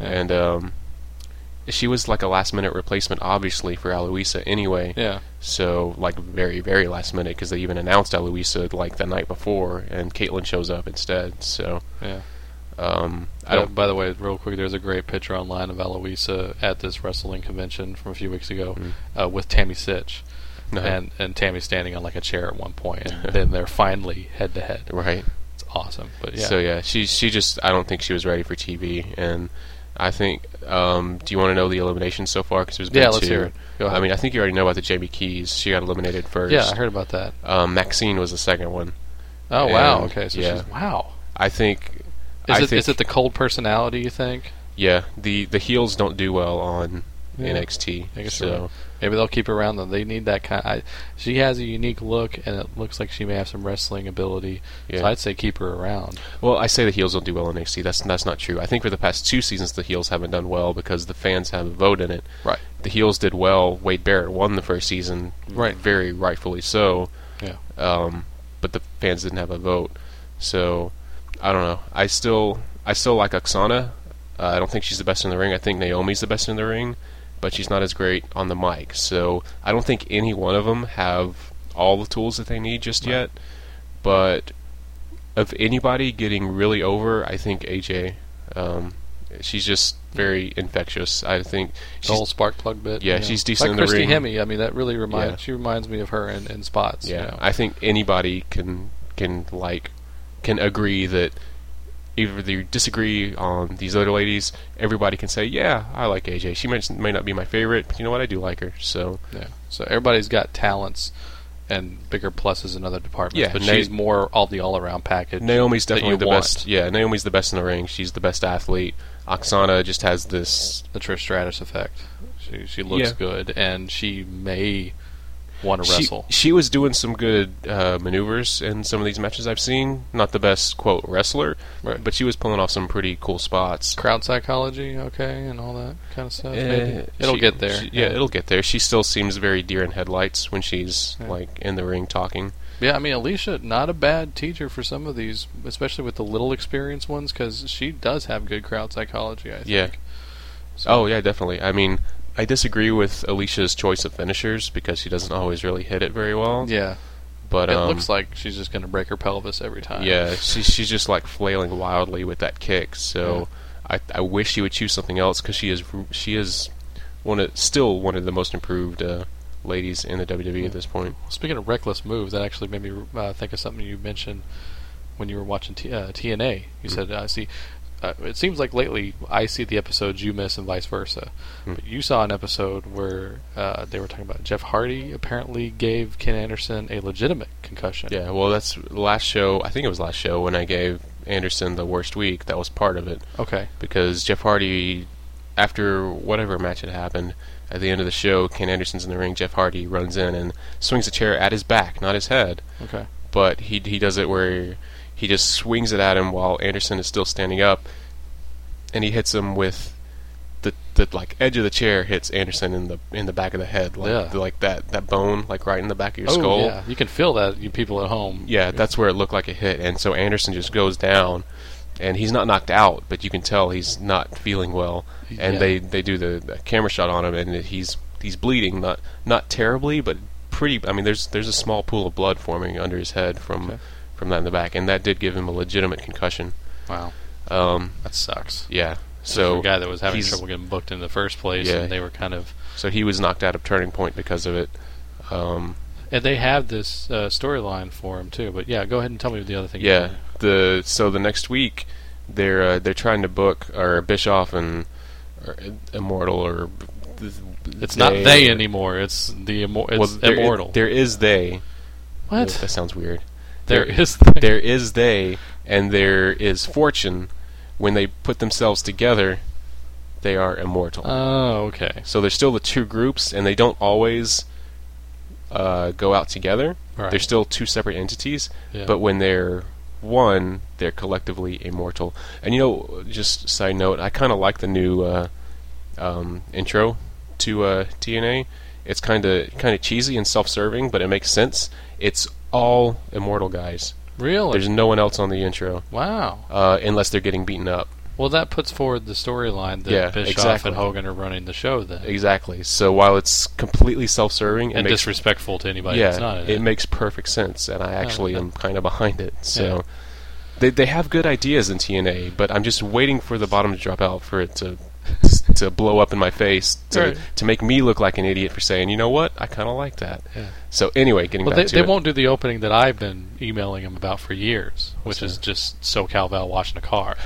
S3: Yeah.
S4: And um she was like a last minute replacement obviously for Aloisa anyway.
S3: Yeah.
S4: So, like, very, very last minute because they even announced Eloisa like the night before, and Caitlyn shows up instead. So,
S3: Yeah.
S4: um, I
S3: Uh,
S4: don't.
S3: by the way, real quick, there's a great picture online of Eloisa at this wrestling convention from a few weeks ago
S4: Mm.
S3: uh, with Tammy Sitch.
S4: No.
S3: And and Tammy's standing on like a chair at one point, and then they're finally head to head.
S4: right.
S3: It's awesome, but yeah,
S4: So yeah, she she just I don't think she was ready for TV, and I think. Um, do you want to know the eliminations so far? Because there's been
S3: Yeah, let's
S4: two.
S3: hear it. Go ahead.
S4: Oh, I mean, I think you already know about the Jamie Keys. She got eliminated first.
S3: yeah, I heard about that.
S4: Um, Maxine was the second one.
S3: Oh wow,
S4: And,
S3: okay, so
S4: yeah.
S3: she's wow.
S4: I think.
S3: Is
S4: I
S3: it is
S4: think,
S3: it the cold personality? You think?
S4: yeah the the heels don't do well on
S3: Yeah.
S4: NXT.
S3: I guess you're
S4: so
S3: right. maybe they'll keep her around. Though they need that kind. I, she has a unique look, and it looks like she may have some wrestling ability.
S4: Yeah.
S3: So I'd say keep her around.
S4: Well, I say the heels don't do well in NXT. That's that's not true. I think for the past two seasons, the heels haven't done well because the fans have a vote in it.
S3: Right.
S4: The heels did well. Wade Barrett won the first season,
S3: Right.
S4: Very rightfully so.
S3: Yeah.
S4: Um, but the fans didn't have a vote, so I don't know. I still I still like Oksana. Uh, I don't think she's the best in the ring. I think Naomi's the best in the ring, but she's not as great on the mic. So I don't think any one of them have all the tools that they need just yet. But of anybody getting really over, I think AJ. Um, she's just very infectious. I think
S3: The
S4: she's
S3: whole spark plug bit.
S4: Yeah,
S3: you know.
S4: she's
S3: Like
S4: decent in the
S3: Christy
S4: ring.
S3: Hemme, I mean, that really reminds.
S4: Yeah.
S3: She reminds me of her in, in spots. you
S4: Yeah,
S3: know.
S4: I think anybody can can like can agree that either they disagree on these other ladies. Everybody can say, "Yeah, I like AJ. She may, may not be my favorite, but you know what? I do like her." So
S3: yeah. So everybody's got talents and bigger pluses in other departments.
S4: Yeah,
S3: but
S4: Na-
S3: she's more all the all-around package.
S4: Naomi's
S3: that you
S4: definitely the
S3: want.
S4: best. Yeah, Naomi's the best in the ring. She's the best athlete. Oksana just has this.
S3: The Trish Stratus effect. She she looks
S4: Yeah.
S3: good, and she may want to
S4: She-
S3: wrestle.
S4: She, was doing some good uh, maneuvers in some of these matches I've seen. Not the best quote wrestler,
S3: Right.
S4: but she was pulling off some pretty cool spots.
S3: Crowd psychology, okay, and all that kind of stuff.
S4: Eh,
S3: maybe it'll
S4: she-
S3: get there.
S4: she- yeah, it'll get there. She still seems very deer in headlights when she's
S3: Yeah.
S4: like in the ring talking.
S3: Yeah, I mean, Alicia, not a bad teacher for some of these, especially with the little experience ones, because she does have good crowd psychology. I think.
S4: Yeah.
S3: So-
S4: Oh yeah, definitely. I mean, I disagree with Alicia's choice of finishers because she doesn't always really hit it very well.
S3: Yeah.
S4: But
S3: it
S4: um,
S3: looks like she's just going to break her pelvis every time.
S4: Yeah, she, she's just like flailing wildly with that kick. So I, I wish she would choose something else because she is she is one of still one of the most improved uh, ladies in the WWE at this point.
S3: Speaking of reckless moves, that actually made me uh, think of something you mentioned when you were watching T- uh, TNA.
S4: Mm-hmm.
S3: You said, "I see." Uh, it seems like lately I see the episodes you miss and vice versa.
S4: Mm-hmm.
S3: But you saw an episode where uh, they were talking about Jeff Hardy apparently gave Ken Anderson a legitimate concussion.
S4: Yeah, well, that's last show. I think it was last show when I gave Anderson the worst week. That was part of it
S3: Okay.
S4: because Jeff Hardy, after whatever match had happened. At the end of the show, Ken Anderson's in the ring. Jeff Hardy runs in and swings a chair at his back, not his head.
S3: Okay.
S4: but he he does it where he just swings it at him while Anderson is still standing up, and he hits him with the the like edge of the chair hits Anderson in the in the back of the head, like
S3: Yeah.
S4: like that that bone like right in the back of your
S3: oh,
S4: skull.
S3: yeah. You can feel that, you people at home.
S4: Yeah, that's where it looked like it hit, and so Anderson just goes down, and he's not knocked out, but you can tell he's not feeling well, and
S3: Yeah.
S4: they they do the, the camera shot on him, and he's he's bleeding, not not terribly, but pretty. I mean, there's there's a small pool of blood forming under his head from
S3: Okay.
S4: from that in the back, and that did give him a legitimate concussion.
S3: Wow.
S4: Um,
S3: That sucks.
S4: yeah,
S3: So
S4: so
S3: a guy that was having
S4: he's-
S3: trouble getting booked in the first place,
S4: Yeah.
S3: and they were kind of
S4: so he was knocked out of Turning Point because of it. Um,
S3: And they have this uh, storyline for him too. But yeah, go ahead and tell me the other thing. you
S4: Yeah.
S3: did.
S4: The so the next week they're uh, they're trying to book or Bischoff and or Immortal or
S3: it's not they anymore. It's the immo-
S4: Well,
S3: it's
S4: there i-
S3: immortal.
S4: there is they.
S3: what?
S4: That sounds weird.
S3: There
S4: there-
S3: is
S4: There is they and there is Fortune. When they put themselves together, they are immortal.
S3: Oh, okay.
S4: so there's still the two groups, and they don't always uh, go out together.
S3: Right.
S4: They're still two separate entities,
S3: Yeah.
S4: but when they're one, they're collectively immortal. And you know, just side note, I kind of like the new uh, um, intro to uh, TNA. It's kind of kind of cheesy and self-serving, but it makes sense. It's all immortal guys.
S3: Really?
S4: There's no one else on the intro
S3: wow.
S4: uh, unless they're getting beaten up.
S3: Well, that puts forward the storyline that
S4: Yeah,
S3: Bischoff
S4: exactly.
S3: and Hogan are running the show then,
S4: Exactly. So while it's completely self-serving, it
S3: and
S4: makes
S3: disrespectful to anybody
S4: yeah,
S3: that's not in
S4: it makes perfect sense, and I actually
S3: okay.
S4: am kind of behind it. So
S3: Yeah.
S4: they they have good ideas in TNA, but I'm just waiting for the bottom to drop out for it to s- to blow up in my face to
S3: Right.
S4: to make me look like an idiot for saying, you know what, I kind of like that.
S3: Yeah.
S4: So anyway, getting
S3: Well,
S4: back
S3: they,
S4: to
S3: they
S4: it,
S3: won't do the opening that I've been emailing them about for years, which is just SoCal Val washing a car.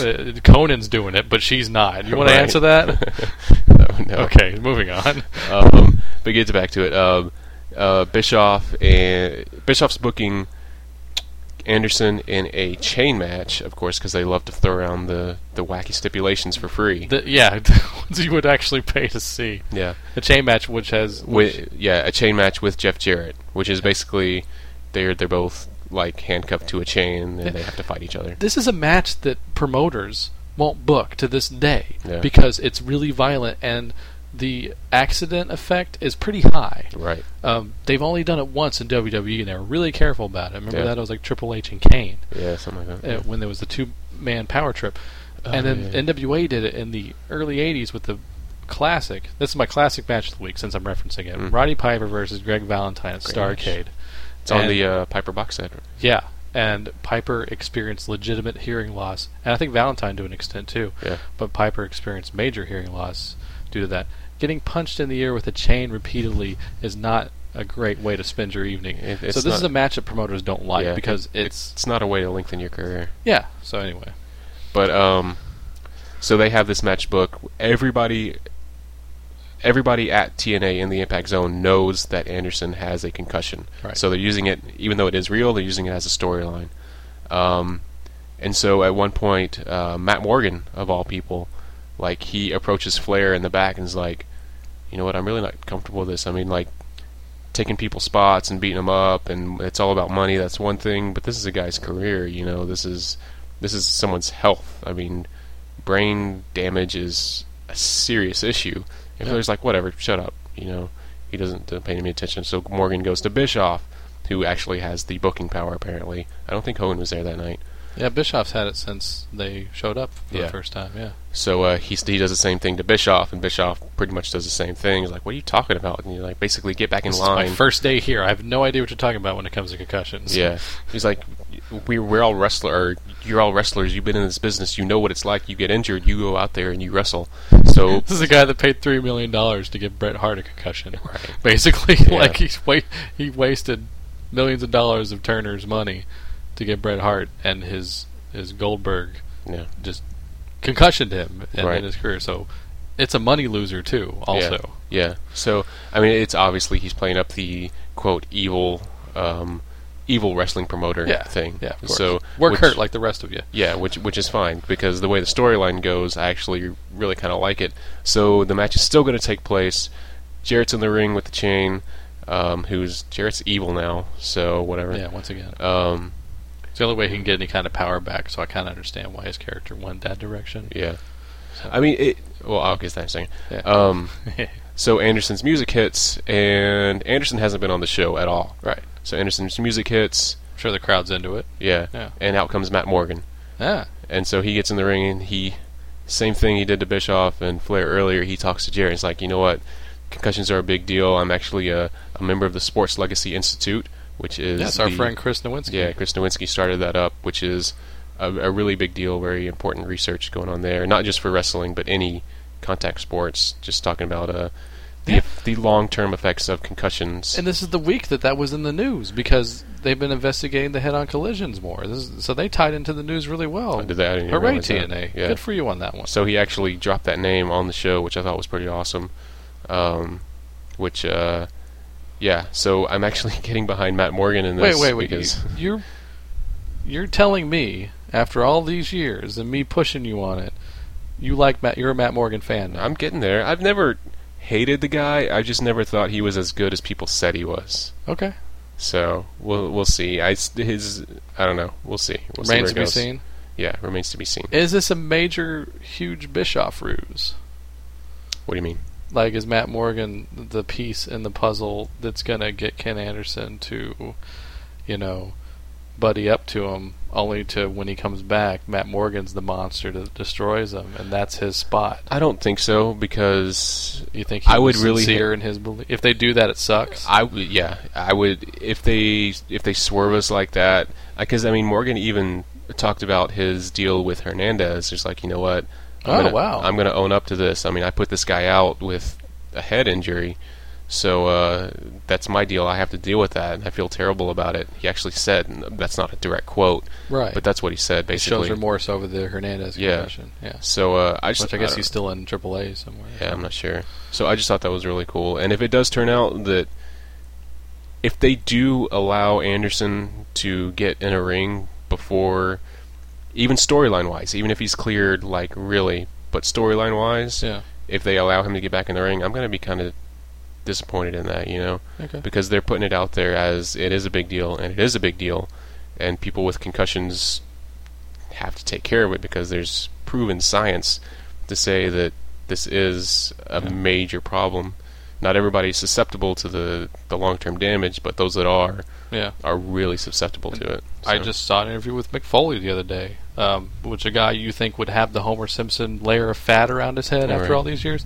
S3: Uh, Conan's doing it, but she's not. You want
S4: Right. Oh,
S3: to answer that?
S4: no, no.
S3: okay, moving on.
S4: um, but get back to it. Um, uh, Bischoff and Bischoff's booking Anderson in a chain match, of course, because they love to throw around the, the wacky stipulations for free.
S3: The, yeah, ones you would actually pay to see
S4: yeah.
S3: a chain match, which has which,
S4: with yeah a chain match with Jeff Jarrett, which is basically they're they're both like handcuffed to a chain and they have to fight each other.
S3: this is a match that promoters won't book to this day
S4: Yeah.
S3: because it's really violent and the accident effect is pretty high.
S4: Right.
S3: Um, they've only done it once in WWE, and they were really careful about it. Remember
S4: Yeah.
S3: that it was like Triple H and Kane.
S4: Yeah, something like that.
S3: uh, when there was the two man power trip. and
S4: Oh, yeah,
S3: then
S4: yeah.
S3: NWA did it in the early 80s with the classic. This is my classic match of the week since I'm referencing it.
S4: Mm.
S3: Roddy Piper versus Greg Valentine at
S4: Great
S3: Starcade.
S4: It's on
S3: and-
S4: the uh, Piper box set.
S3: Yeah. And Piper experienced legitimate hearing loss. And I think Valentine to an extent too.
S4: Yeah.
S3: But Piper experienced major hearing loss due to that. Getting punched in the ear with a chain repeatedly is not a great way to spend your evening.
S4: It-
S3: so
S4: it's
S3: this
S4: not-
S3: is a match that promoters don't like
S4: Yeah, it-
S3: because it's
S4: It's not a way to lengthen your career.
S3: yeah. So anyway,
S4: But um, so they have this match book. Everybody, everybody at TNA in the Impact Zone knows that Anderson has a concussion.
S3: Right.
S4: So they're using it, even though it is real, they're using it as a storyline. Um, and so at one point, uh, Matt Morgan of all people, like he approaches Flair in the back and is like, "You know what? I'm really not comfortable with this. I mean, like, taking people's spots and beating them up, and it's all about money. That's one thing, but this is a guy's career. You know, this is this is someone's health. I mean, brain damage is a serious issue. If
S3: Yeah.
S4: there's like whatever, shut up. You know, he doesn't uh, pay any attention. So Morgan goes to Bischoff, who actually has the booking power. Apparently, I don't think Hogan was there that night.
S3: Yeah, Bischoff's had it since they showed up for
S4: Yeah.
S3: the first time. Yeah.
S4: So uh, he he does the same thing to Bischoff, and Bischoff pretty much does the same thing. He's like, "What are you talking about?" And you like basically get back in
S3: This is
S4: line.
S3: my first day here. I have no idea what you're talking about when it comes to concussions.
S4: Yeah, he's like, "We we're all wrestler. Or you're all wrestlers. You've been in this business. You know what it's like. You get injured. You go out there and you wrestle." So
S3: This is a guy that paid three million dollars to give Bret Hart a concussion.
S4: Right.
S3: Basically,
S4: Yeah.
S3: like he's wa- he wasted millions of dollars of Turner's money to get Bret Hart, and his his Goldberg
S4: yeah,
S3: just concussioned him and
S4: Right.
S3: in his career. So it's a money loser too. Also,
S4: yeah. So I mean, it's obviously he's playing up the quote evil, um, evil wrestling promoter
S3: yeah,
S4: thing.
S3: Yeah, of course.
S4: So
S3: work
S4: which-
S3: hurt like the rest of you.
S4: Yeah, which which is fine because the way the storyline goes, I actually really kind of like it. So the match is still going to take place. Jarrett's in the ring with the chain, um, who's Jarrett's evil now. So whatever.
S3: Yeah, once again,
S4: Um,
S3: it's the only way he can get any kind of power back. So I kind of understand why his character went that direction.
S4: yeah. I mean, it. Well, I'll get to that in a second.
S3: Yeah.
S4: Um, so Anderson's music hits, and Anderson hasn't been on the show at all.
S3: right.
S4: So Anderson's music hits.
S3: I'm sure the crowd's into it.
S4: Yeah.
S3: Yeah.
S4: And out comes Matt Morgan.
S3: Yeah.
S4: And so he gets in the ring and he, same thing he did to Bischoff and Flair earlier. He talks to Jerry. He's like, you know what, concussions are a big deal. I'm actually a, a member of the Sports Legacy Institute, which is
S3: That's our
S4: the-
S3: friend Chris Nowinski.
S4: Yeah, Chris Nowinski started that up, which is a, a really big deal. Very important research going on there, not just for wrestling, but any contact sports. Just talking about uh, the
S3: Yeah.
S4: the long term effects of concussions.
S3: And this is the week that that was in the news because they've been investigating the head-on collisions more. This is, so they tied into the news really well.
S4: I did that. I didn't even
S3: Hooray,
S4: realize that.
S3: TNA!
S4: Yeah.
S3: Good for you on that one.
S4: So he actually dropped that name on the show, which I thought was pretty awesome. Um, which, uh, yeah. So I'm actually getting behind Matt Morgan in
S3: Wait,
S4: this.
S3: wait, wait! you-
S4: Because,
S3: You're you're telling me after all these years and me pushing you on it, you like Matt? You're a Matt Morgan fan now.
S4: I'm getting there. I've never hated the guy. I just never thought he was as good as people said he was.
S3: Okay,
S4: So we'll we'll see. I s- his I don't know. We'll see. We'll see where
S3: remains
S4: it
S3: to be
S4: goes.
S3: seen.
S4: Yeah, remains to be seen.
S3: Is this a major, huge Bischoff ruse?
S4: What do you mean?
S3: Like, is Matt Morgan the piece in the puzzle that's gonna get Ken Anderson to, you know, buddy up to him? Only to when he comes back, Matt Morgan's the monster that destroys him, and that's his spot.
S4: I don't think so because
S3: You think he
S4: I
S3: was
S4: would really
S3: sincere in his belief? If they do that, it sucks.
S4: I would, yeah, I would if they if they swerve us like that. Because I mean, Morgan even talked about his deal with Hernandez. Just like you know what, I'm
S3: Oh,
S4: gonna,
S3: wow.
S4: I'm going to own up to this. I mean, I put this guy out with a head injury, so uh, that's my deal. I have to deal with that, and I feel terrible about it. He actually said and that's not a direct quote,
S3: right.
S4: but that's what he said
S3: It shows
S4: basically.
S3: remorse over the Hernandez
S4: Yeah.
S3: concussion. Yeah.
S4: so uh, I just
S3: Which I guess
S4: don't-
S3: he's still in AAA somewhere.
S4: Yeah, I'm not sure. So I just thought that was really cool. And if it does turn out that if they do allow Anderson to get in a ring before, even storyline wise, even if he's cleared, like really, but storyline wise,
S3: Yeah.
S4: if they allow him to get back in the ring, I'm gonna be kind of disappointed in that, you know,
S3: Okay.
S4: because they're putting it out there as it is a big deal, and it is a big deal, and people with concussions have to take care of it because there's proven science to say that this is a
S3: Yeah.
S4: major problem. Not everybody's susceptible to the, the long term damage, but those that are
S3: Yeah.
S4: are really susceptible to it.
S3: I
S4: So-
S3: just saw an interview with McFoley the other day, um, which a guy you think would have the Homer Simpson layer of fat around his head after
S4: Right.
S3: all these years.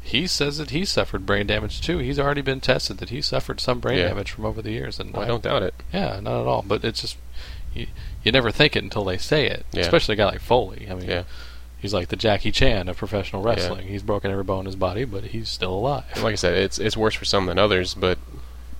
S3: He says that he suffered brain damage too. He's already been tested that he suffered some brain
S4: Yeah.
S3: damage from over the years, and uh,
S4: I don't doubt it.
S3: Yeah, not at all. But it's just you, you never think it until they say it.
S4: Yeah.
S3: Especially a guy like Foley. I mean,
S4: Yeah.
S3: he's like the Jackie Chan of professional wrestling. He's broken every bone in his body, but he's still alive.
S4: Like I said, it's it's worse for some than others, but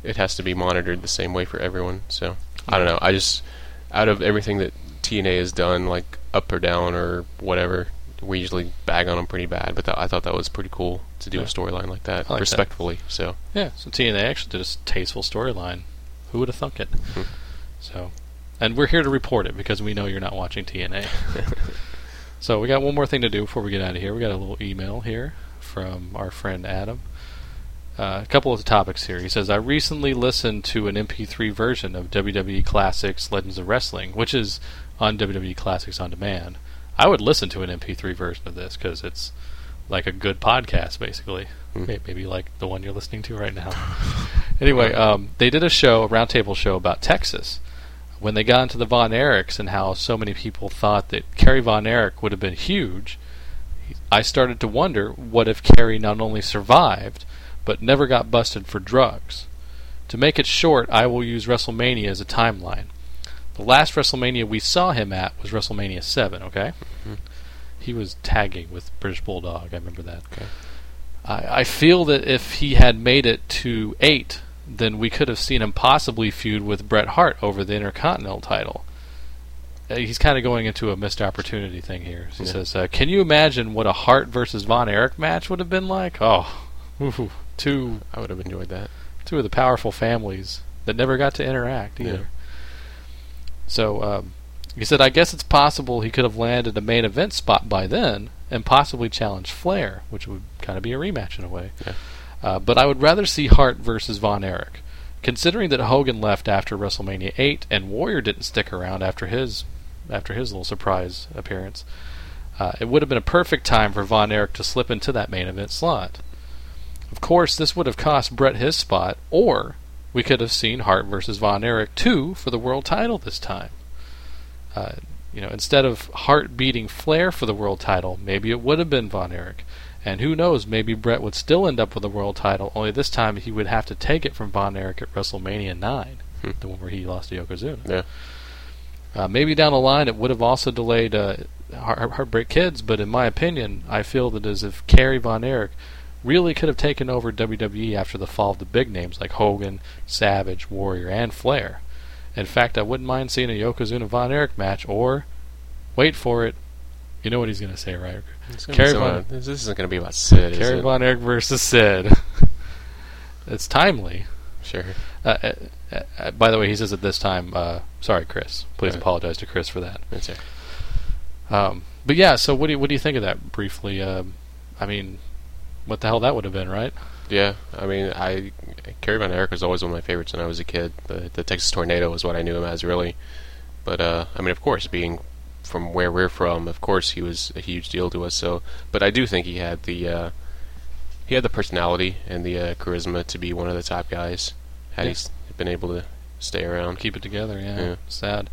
S4: it has to be monitored the same way for everyone. So I don't know. I just out of everything that TNA has done, like up or down or whatever, we usually bag on them pretty bad. But tha- I thought that was pretty cool to do a
S3: Yeah.
S4: storyline like that,
S3: I like that.
S4: respectfully. So
S3: Yeah. So TNA actually did a s- tasteful storyline. Who would have thunk it? so, and we're here to report it because we know you're not watching TNA. so we got one more thing to do before we get out of here. We got a little email here from our friend Adam. uh, a couple of the topics here. He says, I recently listened to an MP3 version of WWE Classics Legends of Wrestling, which is on WWE Classics On Demand. I would listen to an MP3 version of this because it's like a good podcast, basically.
S4: Hmm.
S3: May- Maybe like the one you're listening to right now. anyway, um, they did a show, a roundtable show about Texas. When they got into the Von Erichs and how so many people thought that Kerry Von Erich would have been huge, I started to wonder what if Kerry not only survived, but never got busted for drugs. To make it short, I will use WrestleMania as a timeline. The last WrestleMania we saw him at was WrestleMania 7, okay? He was tagging with British Bulldog, I remember that.
S4: Okay.
S3: I, I feel that if he had made it to 8, then we could have seen him possibly feud with Bret Hart over the Intercontinental title. Uh, He's kind of going into a missed opportunity thing here. He
S4: Yeah.
S3: says, uh, "Can you imagine what a Hart versus Von Erich match would have been like? Oh, ooh, two
S4: I would have enjoyed that.
S3: two of the powerful families that never got to interact either.
S4: Yeah.
S3: So um, he said, I guess it's possible he could have landed a main event spot by then and possibly challenged Flair, which would kind of be a rematch in a way.
S4: Yeah.
S3: Uh, but I would rather see Hart versus Von Erich. Considering that Hogan left after WrestleMania 8 and Warrior didn't stick around after his after his little surprise appearance, uh, it would have been a perfect time for Von Erich to slip into that main event slot. Of course, this would have cost Brett his spot, or we could have seen Hart versus Von Erich 2 for the world title this time. Uh, you know, instead of Hart beating Flair for the world title, maybe it would have been Von Erich. And who knows, maybe Brett would still end up with the world title, only this time he would have to take it from Von Erich at WrestleMania 9,
S4: Hmm.
S3: the one where he lost to Yokozuna.
S4: Yeah.
S3: Uh, maybe down the line it would have also delayed uh, Heart- Heartbreak Kids, but in my opinion, I feel that as if Kerry Von Erich really could have taken over WWE after the fall of the big names like Hogan, Savage, Warrior, and Flair. In fact, I wouldn't mind seeing a Yokozuna Von Erich match, or wait for it, you know what he's going to say, right?
S4: It's gonna be
S3: Kerry
S4: some,
S3: Von-
S4: uh, this this isn't going to be about Sid.
S3: Kerry
S4: is it?
S3: Von Erich versus Sid. it's timely.
S4: Sure.
S3: Uh, uh, uh, uh, by the way, he says at this time, uh, sorry, Chris. Please
S4: Right.
S3: apologize to Chris for that.
S4: That's it.
S3: Um, but yeah, so what do you, what do you think of that briefly? Um, I mean, what the hell that would have been, right?
S4: Yeah. I mean, I Kerry Von Erich was always one of my favorites when I was a kid. The the Texas Tornado was what I knew him as really. But uh, I mean, of course, being from where we're from, of course, he was a huge deal to us. So, but I do think he had the uh, he had the personality and the uh, charisma to be one of the top guys. Had he
S3: Yeah.
S4: s- been able to stay around.
S3: Keep it together, yeah.
S4: Yeah.
S3: Sad.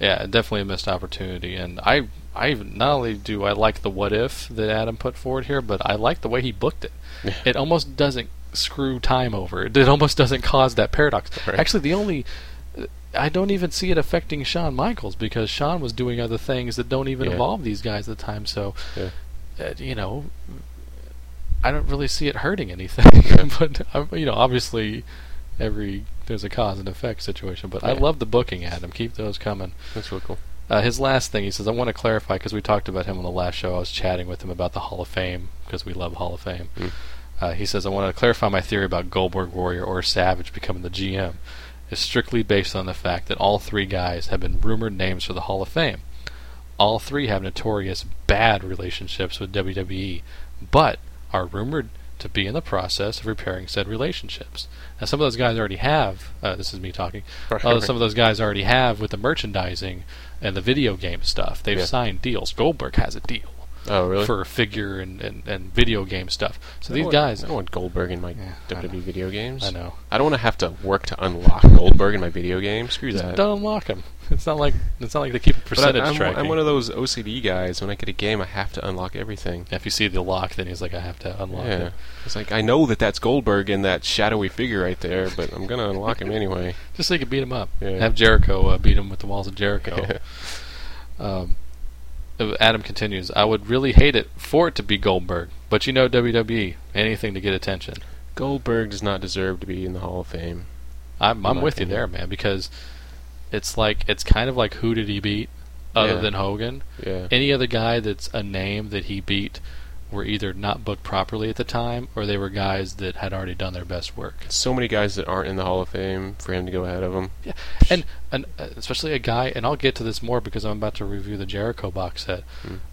S3: Yeah, definitely a missed opportunity. And I, I even- not only do I like the what if that Adam put forward here, but I like the way he booked it.
S4: Yeah.
S3: It almost doesn't screw time over. It it almost doesn't cause that paradox.
S4: Right.
S3: Actually, the only I don't even see it affecting Shawn Michaels because Shawn was doing other things that don't even
S4: Yeah.
S3: involve these guys at the time. So,
S4: Yeah.
S3: uh, you know, I don't really see it hurting anything.
S4: Yeah.
S3: but um, you know, obviously, every there's a cause and effect situation. But I
S4: Yeah.
S3: love the booking, Adam. Keep those coming.
S4: That's really cool.
S3: Uh, his last thing, he says, I want to clarify because we talked about him on the last show. I was chatting with him about the Hall of Fame because we love Hall of Fame.
S4: Mm.
S3: Uh, he says, I want to clarify my theory about Goldberg Warrior or Savage becoming the GM. It's strictly based on the fact that all three guys have been rumored names for the Hall of Fame. All three have notorious bad relationships with WWE, but are rumored to be in the process of repairing said relationships. Now, some of those guys already have, uh, this is me talking, uh, some of those guys already have with the merchandising and the video game stuff. They've
S4: Yeah.
S3: signed deals. Goldberg has a deal
S4: oh, really?
S3: for figure and, and, and video game stuff. So
S4: I
S3: these
S4: want-
S3: guys,
S4: I don't want Goldberg in my
S3: Yeah, I know.
S4: WWE video games.
S3: I know,
S4: I don't want to have to work to unlock Goldberg in my video game. Screw
S3: just
S4: that.
S3: don't unlock them. It's not like it's not like they keep a
S4: But
S3: percentage
S4: I, I'm,
S3: tracking.
S4: I'm one of those OCD guys. When I get a game, I have to unlock everything.
S3: if you see the lock, then he's like, I have to unlock
S4: yeah,
S3: it.
S4: it's like I know that that's Goldberg in that shadowy figure right there, but I'm gonna unlock him anyway.
S3: Just so you can beat him up.
S4: Yeah.
S3: Have Jericho uh, beat him with the walls of Jericho. um, Adam continues. I would really hate it for it to be Goldberg, but you know WWE, anything to get attention.
S4: Goldberg does not deserve to be in the Hall of Fame.
S3: I'm, I'm
S4: my
S3: with you
S4: opinion.
S3: there, man, because it's like it's kind of like who did he beat other
S4: Yeah.
S3: than Hogan?
S4: Yeah,
S3: Any other guy that's a name that he beat were either not booked properly at the time or they were guys that had already done their best work.
S4: so many guys that aren't in the Hall of Fame for him to go ahead of him.
S3: Yeah, and and uh, especially a guy, and I'll get to
S4: Hmm.
S3: this more because I'm about to review the Jericho box set.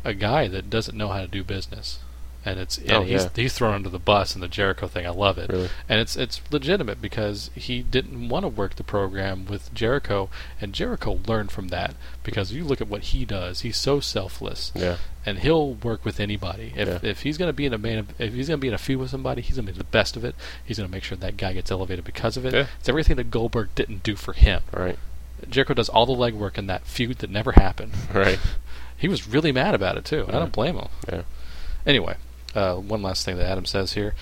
S3: A guy that doesn't know how to do business. and it's and
S4: Oh,
S3: he's
S4: yeah.
S3: he's thrown under the bus in the Jericho thing. I love it,
S4: Really?
S3: and it's it's legitimate because he didn't want to work the program with Jericho, and Jericho learned from that because you look at what he does. He's so selfless,
S4: Yeah.
S3: and he'll work with anybody. If
S4: Yeah.
S3: if he's gonna be in a man, if he's gonna be in a feud with somebody, he's gonna be the best of it. He's gonna make sure that guy gets elevated because of it.
S4: Yeah.
S3: It's everything that Goldberg didn't do for him.
S4: Right.
S3: Jericho does all the legwork in that feud that never happened.
S4: Right.
S3: He was really mad about it too, and I
S4: Yeah.
S3: don't blame him.
S4: Yeah.
S3: Anyway, uh, one last thing that Adam says here.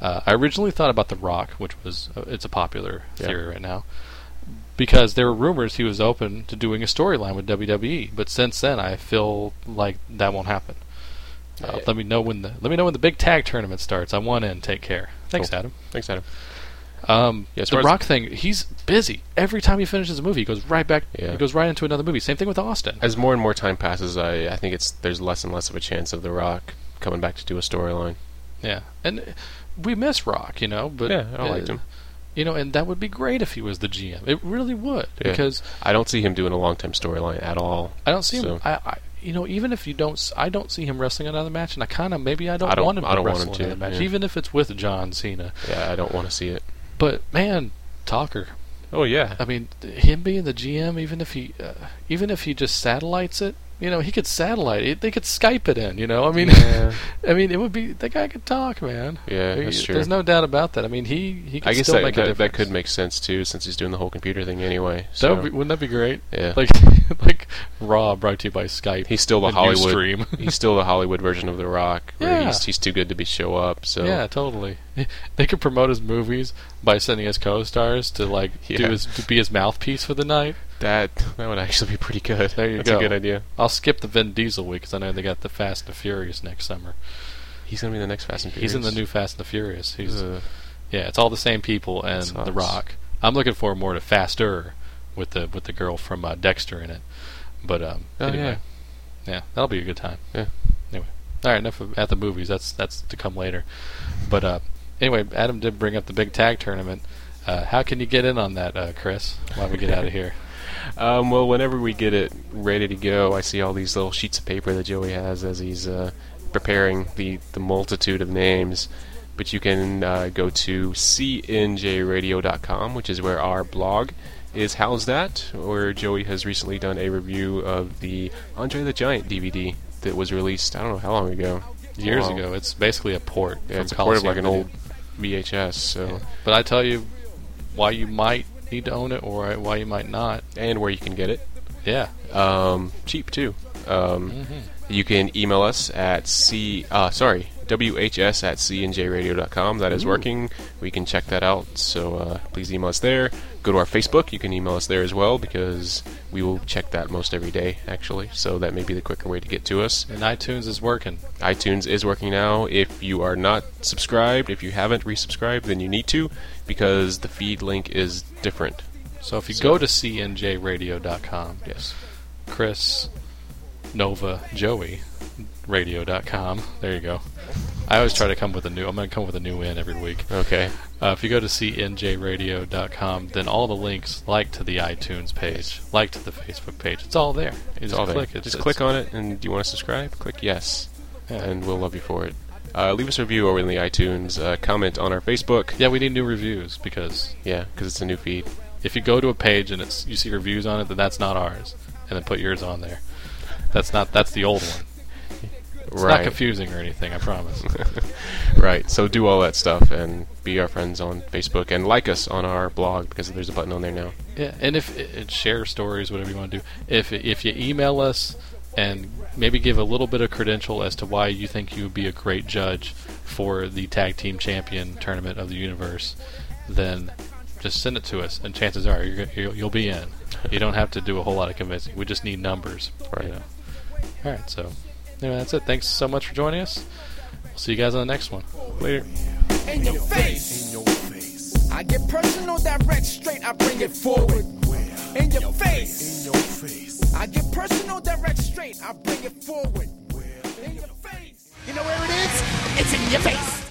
S3: Uh, I originally thought about The Rock, which was uh, it's a popular
S4: Yeah.
S3: theory right now, because there were rumors he was open to doing a storyline with WWE. But since then, I feel like that won't happen. Uh,
S4: Yeah.
S3: Let me know when the let me know when the big tag tournament starts. I want in. Take care. Thanks,
S4: Cool.
S3: Adam.
S4: Thanks, Adam.
S3: Um,
S4: Yeah, as
S3: the
S4: far as-
S3: Rock thing, he's busy. Every time he finishes a movie, he goes right back.
S4: Yeah.
S3: He goes right into another movie. Same thing with Austin.
S4: As more and more time passes, I, I think it's there's less and less of a chance of The Rock coming back to do a storyline.
S3: Yeah, and uh, we miss Rock, you know. But
S4: Yeah, I liked
S3: uh,
S4: him.
S3: You know, and that would be great if he was the GM. It really would
S4: Yeah.
S3: because
S4: I don't see him doing a long time storyline at all.
S3: I don't see
S4: So-
S3: him. I, I, you know, even if you don't, s- I don't see him wrestling another match, and I kind of maybe I don't,
S4: I don't-
S3: want him to
S4: I don't want
S3: wrestle
S4: him to,
S3: another match,
S4: yeah.
S3: even if it's with John Cena.
S4: Yeah, I don't want to see it.
S3: But man, Talker,
S4: Oh yeah,
S3: I mean, th- him being the GM, even if he, uh, even if he just satellites it, you know, he could satellite it. They could Skype it in, you know. I mean,
S4: Yeah.
S3: I mean, it would be that guy could talk, man.
S4: Yeah,
S3: He-
S4: that's true.
S3: There's no doubt about that. I mean, he he could
S4: I guess
S3: still
S4: that,
S3: make a
S4: that, that
S3: difference.
S4: could make sense too, since he's doing the whole computer thing anyway.
S3: That
S4: So
S3: would be, wouldn't that be great?
S4: Yeah.
S3: Like like Raw brought to you by Skype.
S4: he's still the
S3: and
S4: Hollywood.
S3: Ustream.
S4: he's still the Hollywood version of The Rock. Where
S3: Yeah.
S4: he's, he's too good to be show up. So
S3: Yeah, totally. They could promote his movies by sending his co-stars to like do
S4: Yeah.
S3: his to be his mouthpiece for the night.
S4: that that would actually be pretty good.
S3: There you
S4: That's
S3: go.
S4: a good idea.
S3: I'll skip the Vin Diesel week because I know they got the Fast and the Furious next summer.
S4: He's gonna be the next Fast and Furious.
S3: He's in the new Fast and the Furious. He's
S4: Uh,
S3: yeah, it's all the same people and
S4: sucks.
S3: The Rock. I'm looking forward more to Faster with the with the girl from uh, Dexter in it. But um,
S4: Oh,
S3: anyway, yeah. that'll be a good time.
S4: Yeah.
S3: Anyway, all right, enough of, at the movies. That's that's to come later. But uh, anyway, Adam did bring up the big tag tournament. Uh, how can you get in on that, uh, Chris? While we get out of here,
S4: Um, well, whenever we get it ready to go, I see all these little sheets of paper that Joey has as he's uh, preparing the, the multitude of names. But you can uh, go to cnjradio.com, which is where our blog is housed at, where Joey has recently done a review of the Andre the Giant DVD that was released, I don't know how long ago.
S3: years
S4: Wow.
S3: ago, it's basically a port.
S4: Yeah,
S3: from
S4: it's part of like an
S3: Coliseum
S4: old VHS. So.
S3: video. But I tell you why you might need to own it or why you might not.
S4: And where you can get it.
S3: Yeah.
S4: um, cheap too. Um, You can email us at c uh, sorry whs at cnjradio.com. That is working. We can check that out. So uh, please email us there. Go to our Facebook. You can email us there as well because we will check that most every day actually. So that may be the quicker way to get to us
S3: And iTunes is working.
S4: iTunes is working now. If you are not subscribed, if you haven't resubscribed, then you need to because the feed link is different.
S3: So if you
S4: So-
S3: go to cnjradio.com,
S4: Yes.
S3: Chris, Nova, Joey, radio.com. There you go. I always try to come with a new. I'm going to come with a new in every week.
S4: Okay.
S3: Uh, if you go to cnjradio.com, then all the links, like to the iTunes page, like to the Facebook page, it's all there. You
S4: It's
S3: just
S4: all there.
S3: click. It's,
S4: Just
S3: it's-
S4: click on it, and do you want to subscribe? Click yes,
S3: Yeah.
S4: and we'll love you for it. Uh, leave us a review over in the iTunes. Uh, comment on our Facebook.
S3: Yeah, we need new reviews because
S4: Yeah, because it's a new feed.
S3: if you go to a page and it's you see reviews on it, then that's not ours, and then put yours on there. That's not. That's the old one. It's not
S4: right,
S3: confusing or anything. I promise.
S4: right. So do all that stuff and be our friends on Facebook and like us on our blog because there's a button on there now.
S3: Yeah, and if and share stories, whatever you want to do. If if you email us and maybe give a little bit of credential as to why you think you would be a great judge for the tag team champion tournament of the universe, then just send it to us, and chances are you're, gonna- you'll, you'll be in. You don't have to do a whole lot of convincing. We just need numbers.
S4: Right.
S3: You know? All right. So anyway, that's it. Thanks so much for joining us. We'll see you guys on the next one.
S4: Later.
S5: in your face. I get personal, direct, straight. I bring it forward. In your face. I get personal, direct, straight. I bring it forward. In your face.
S1: You know where it is? It's in your face.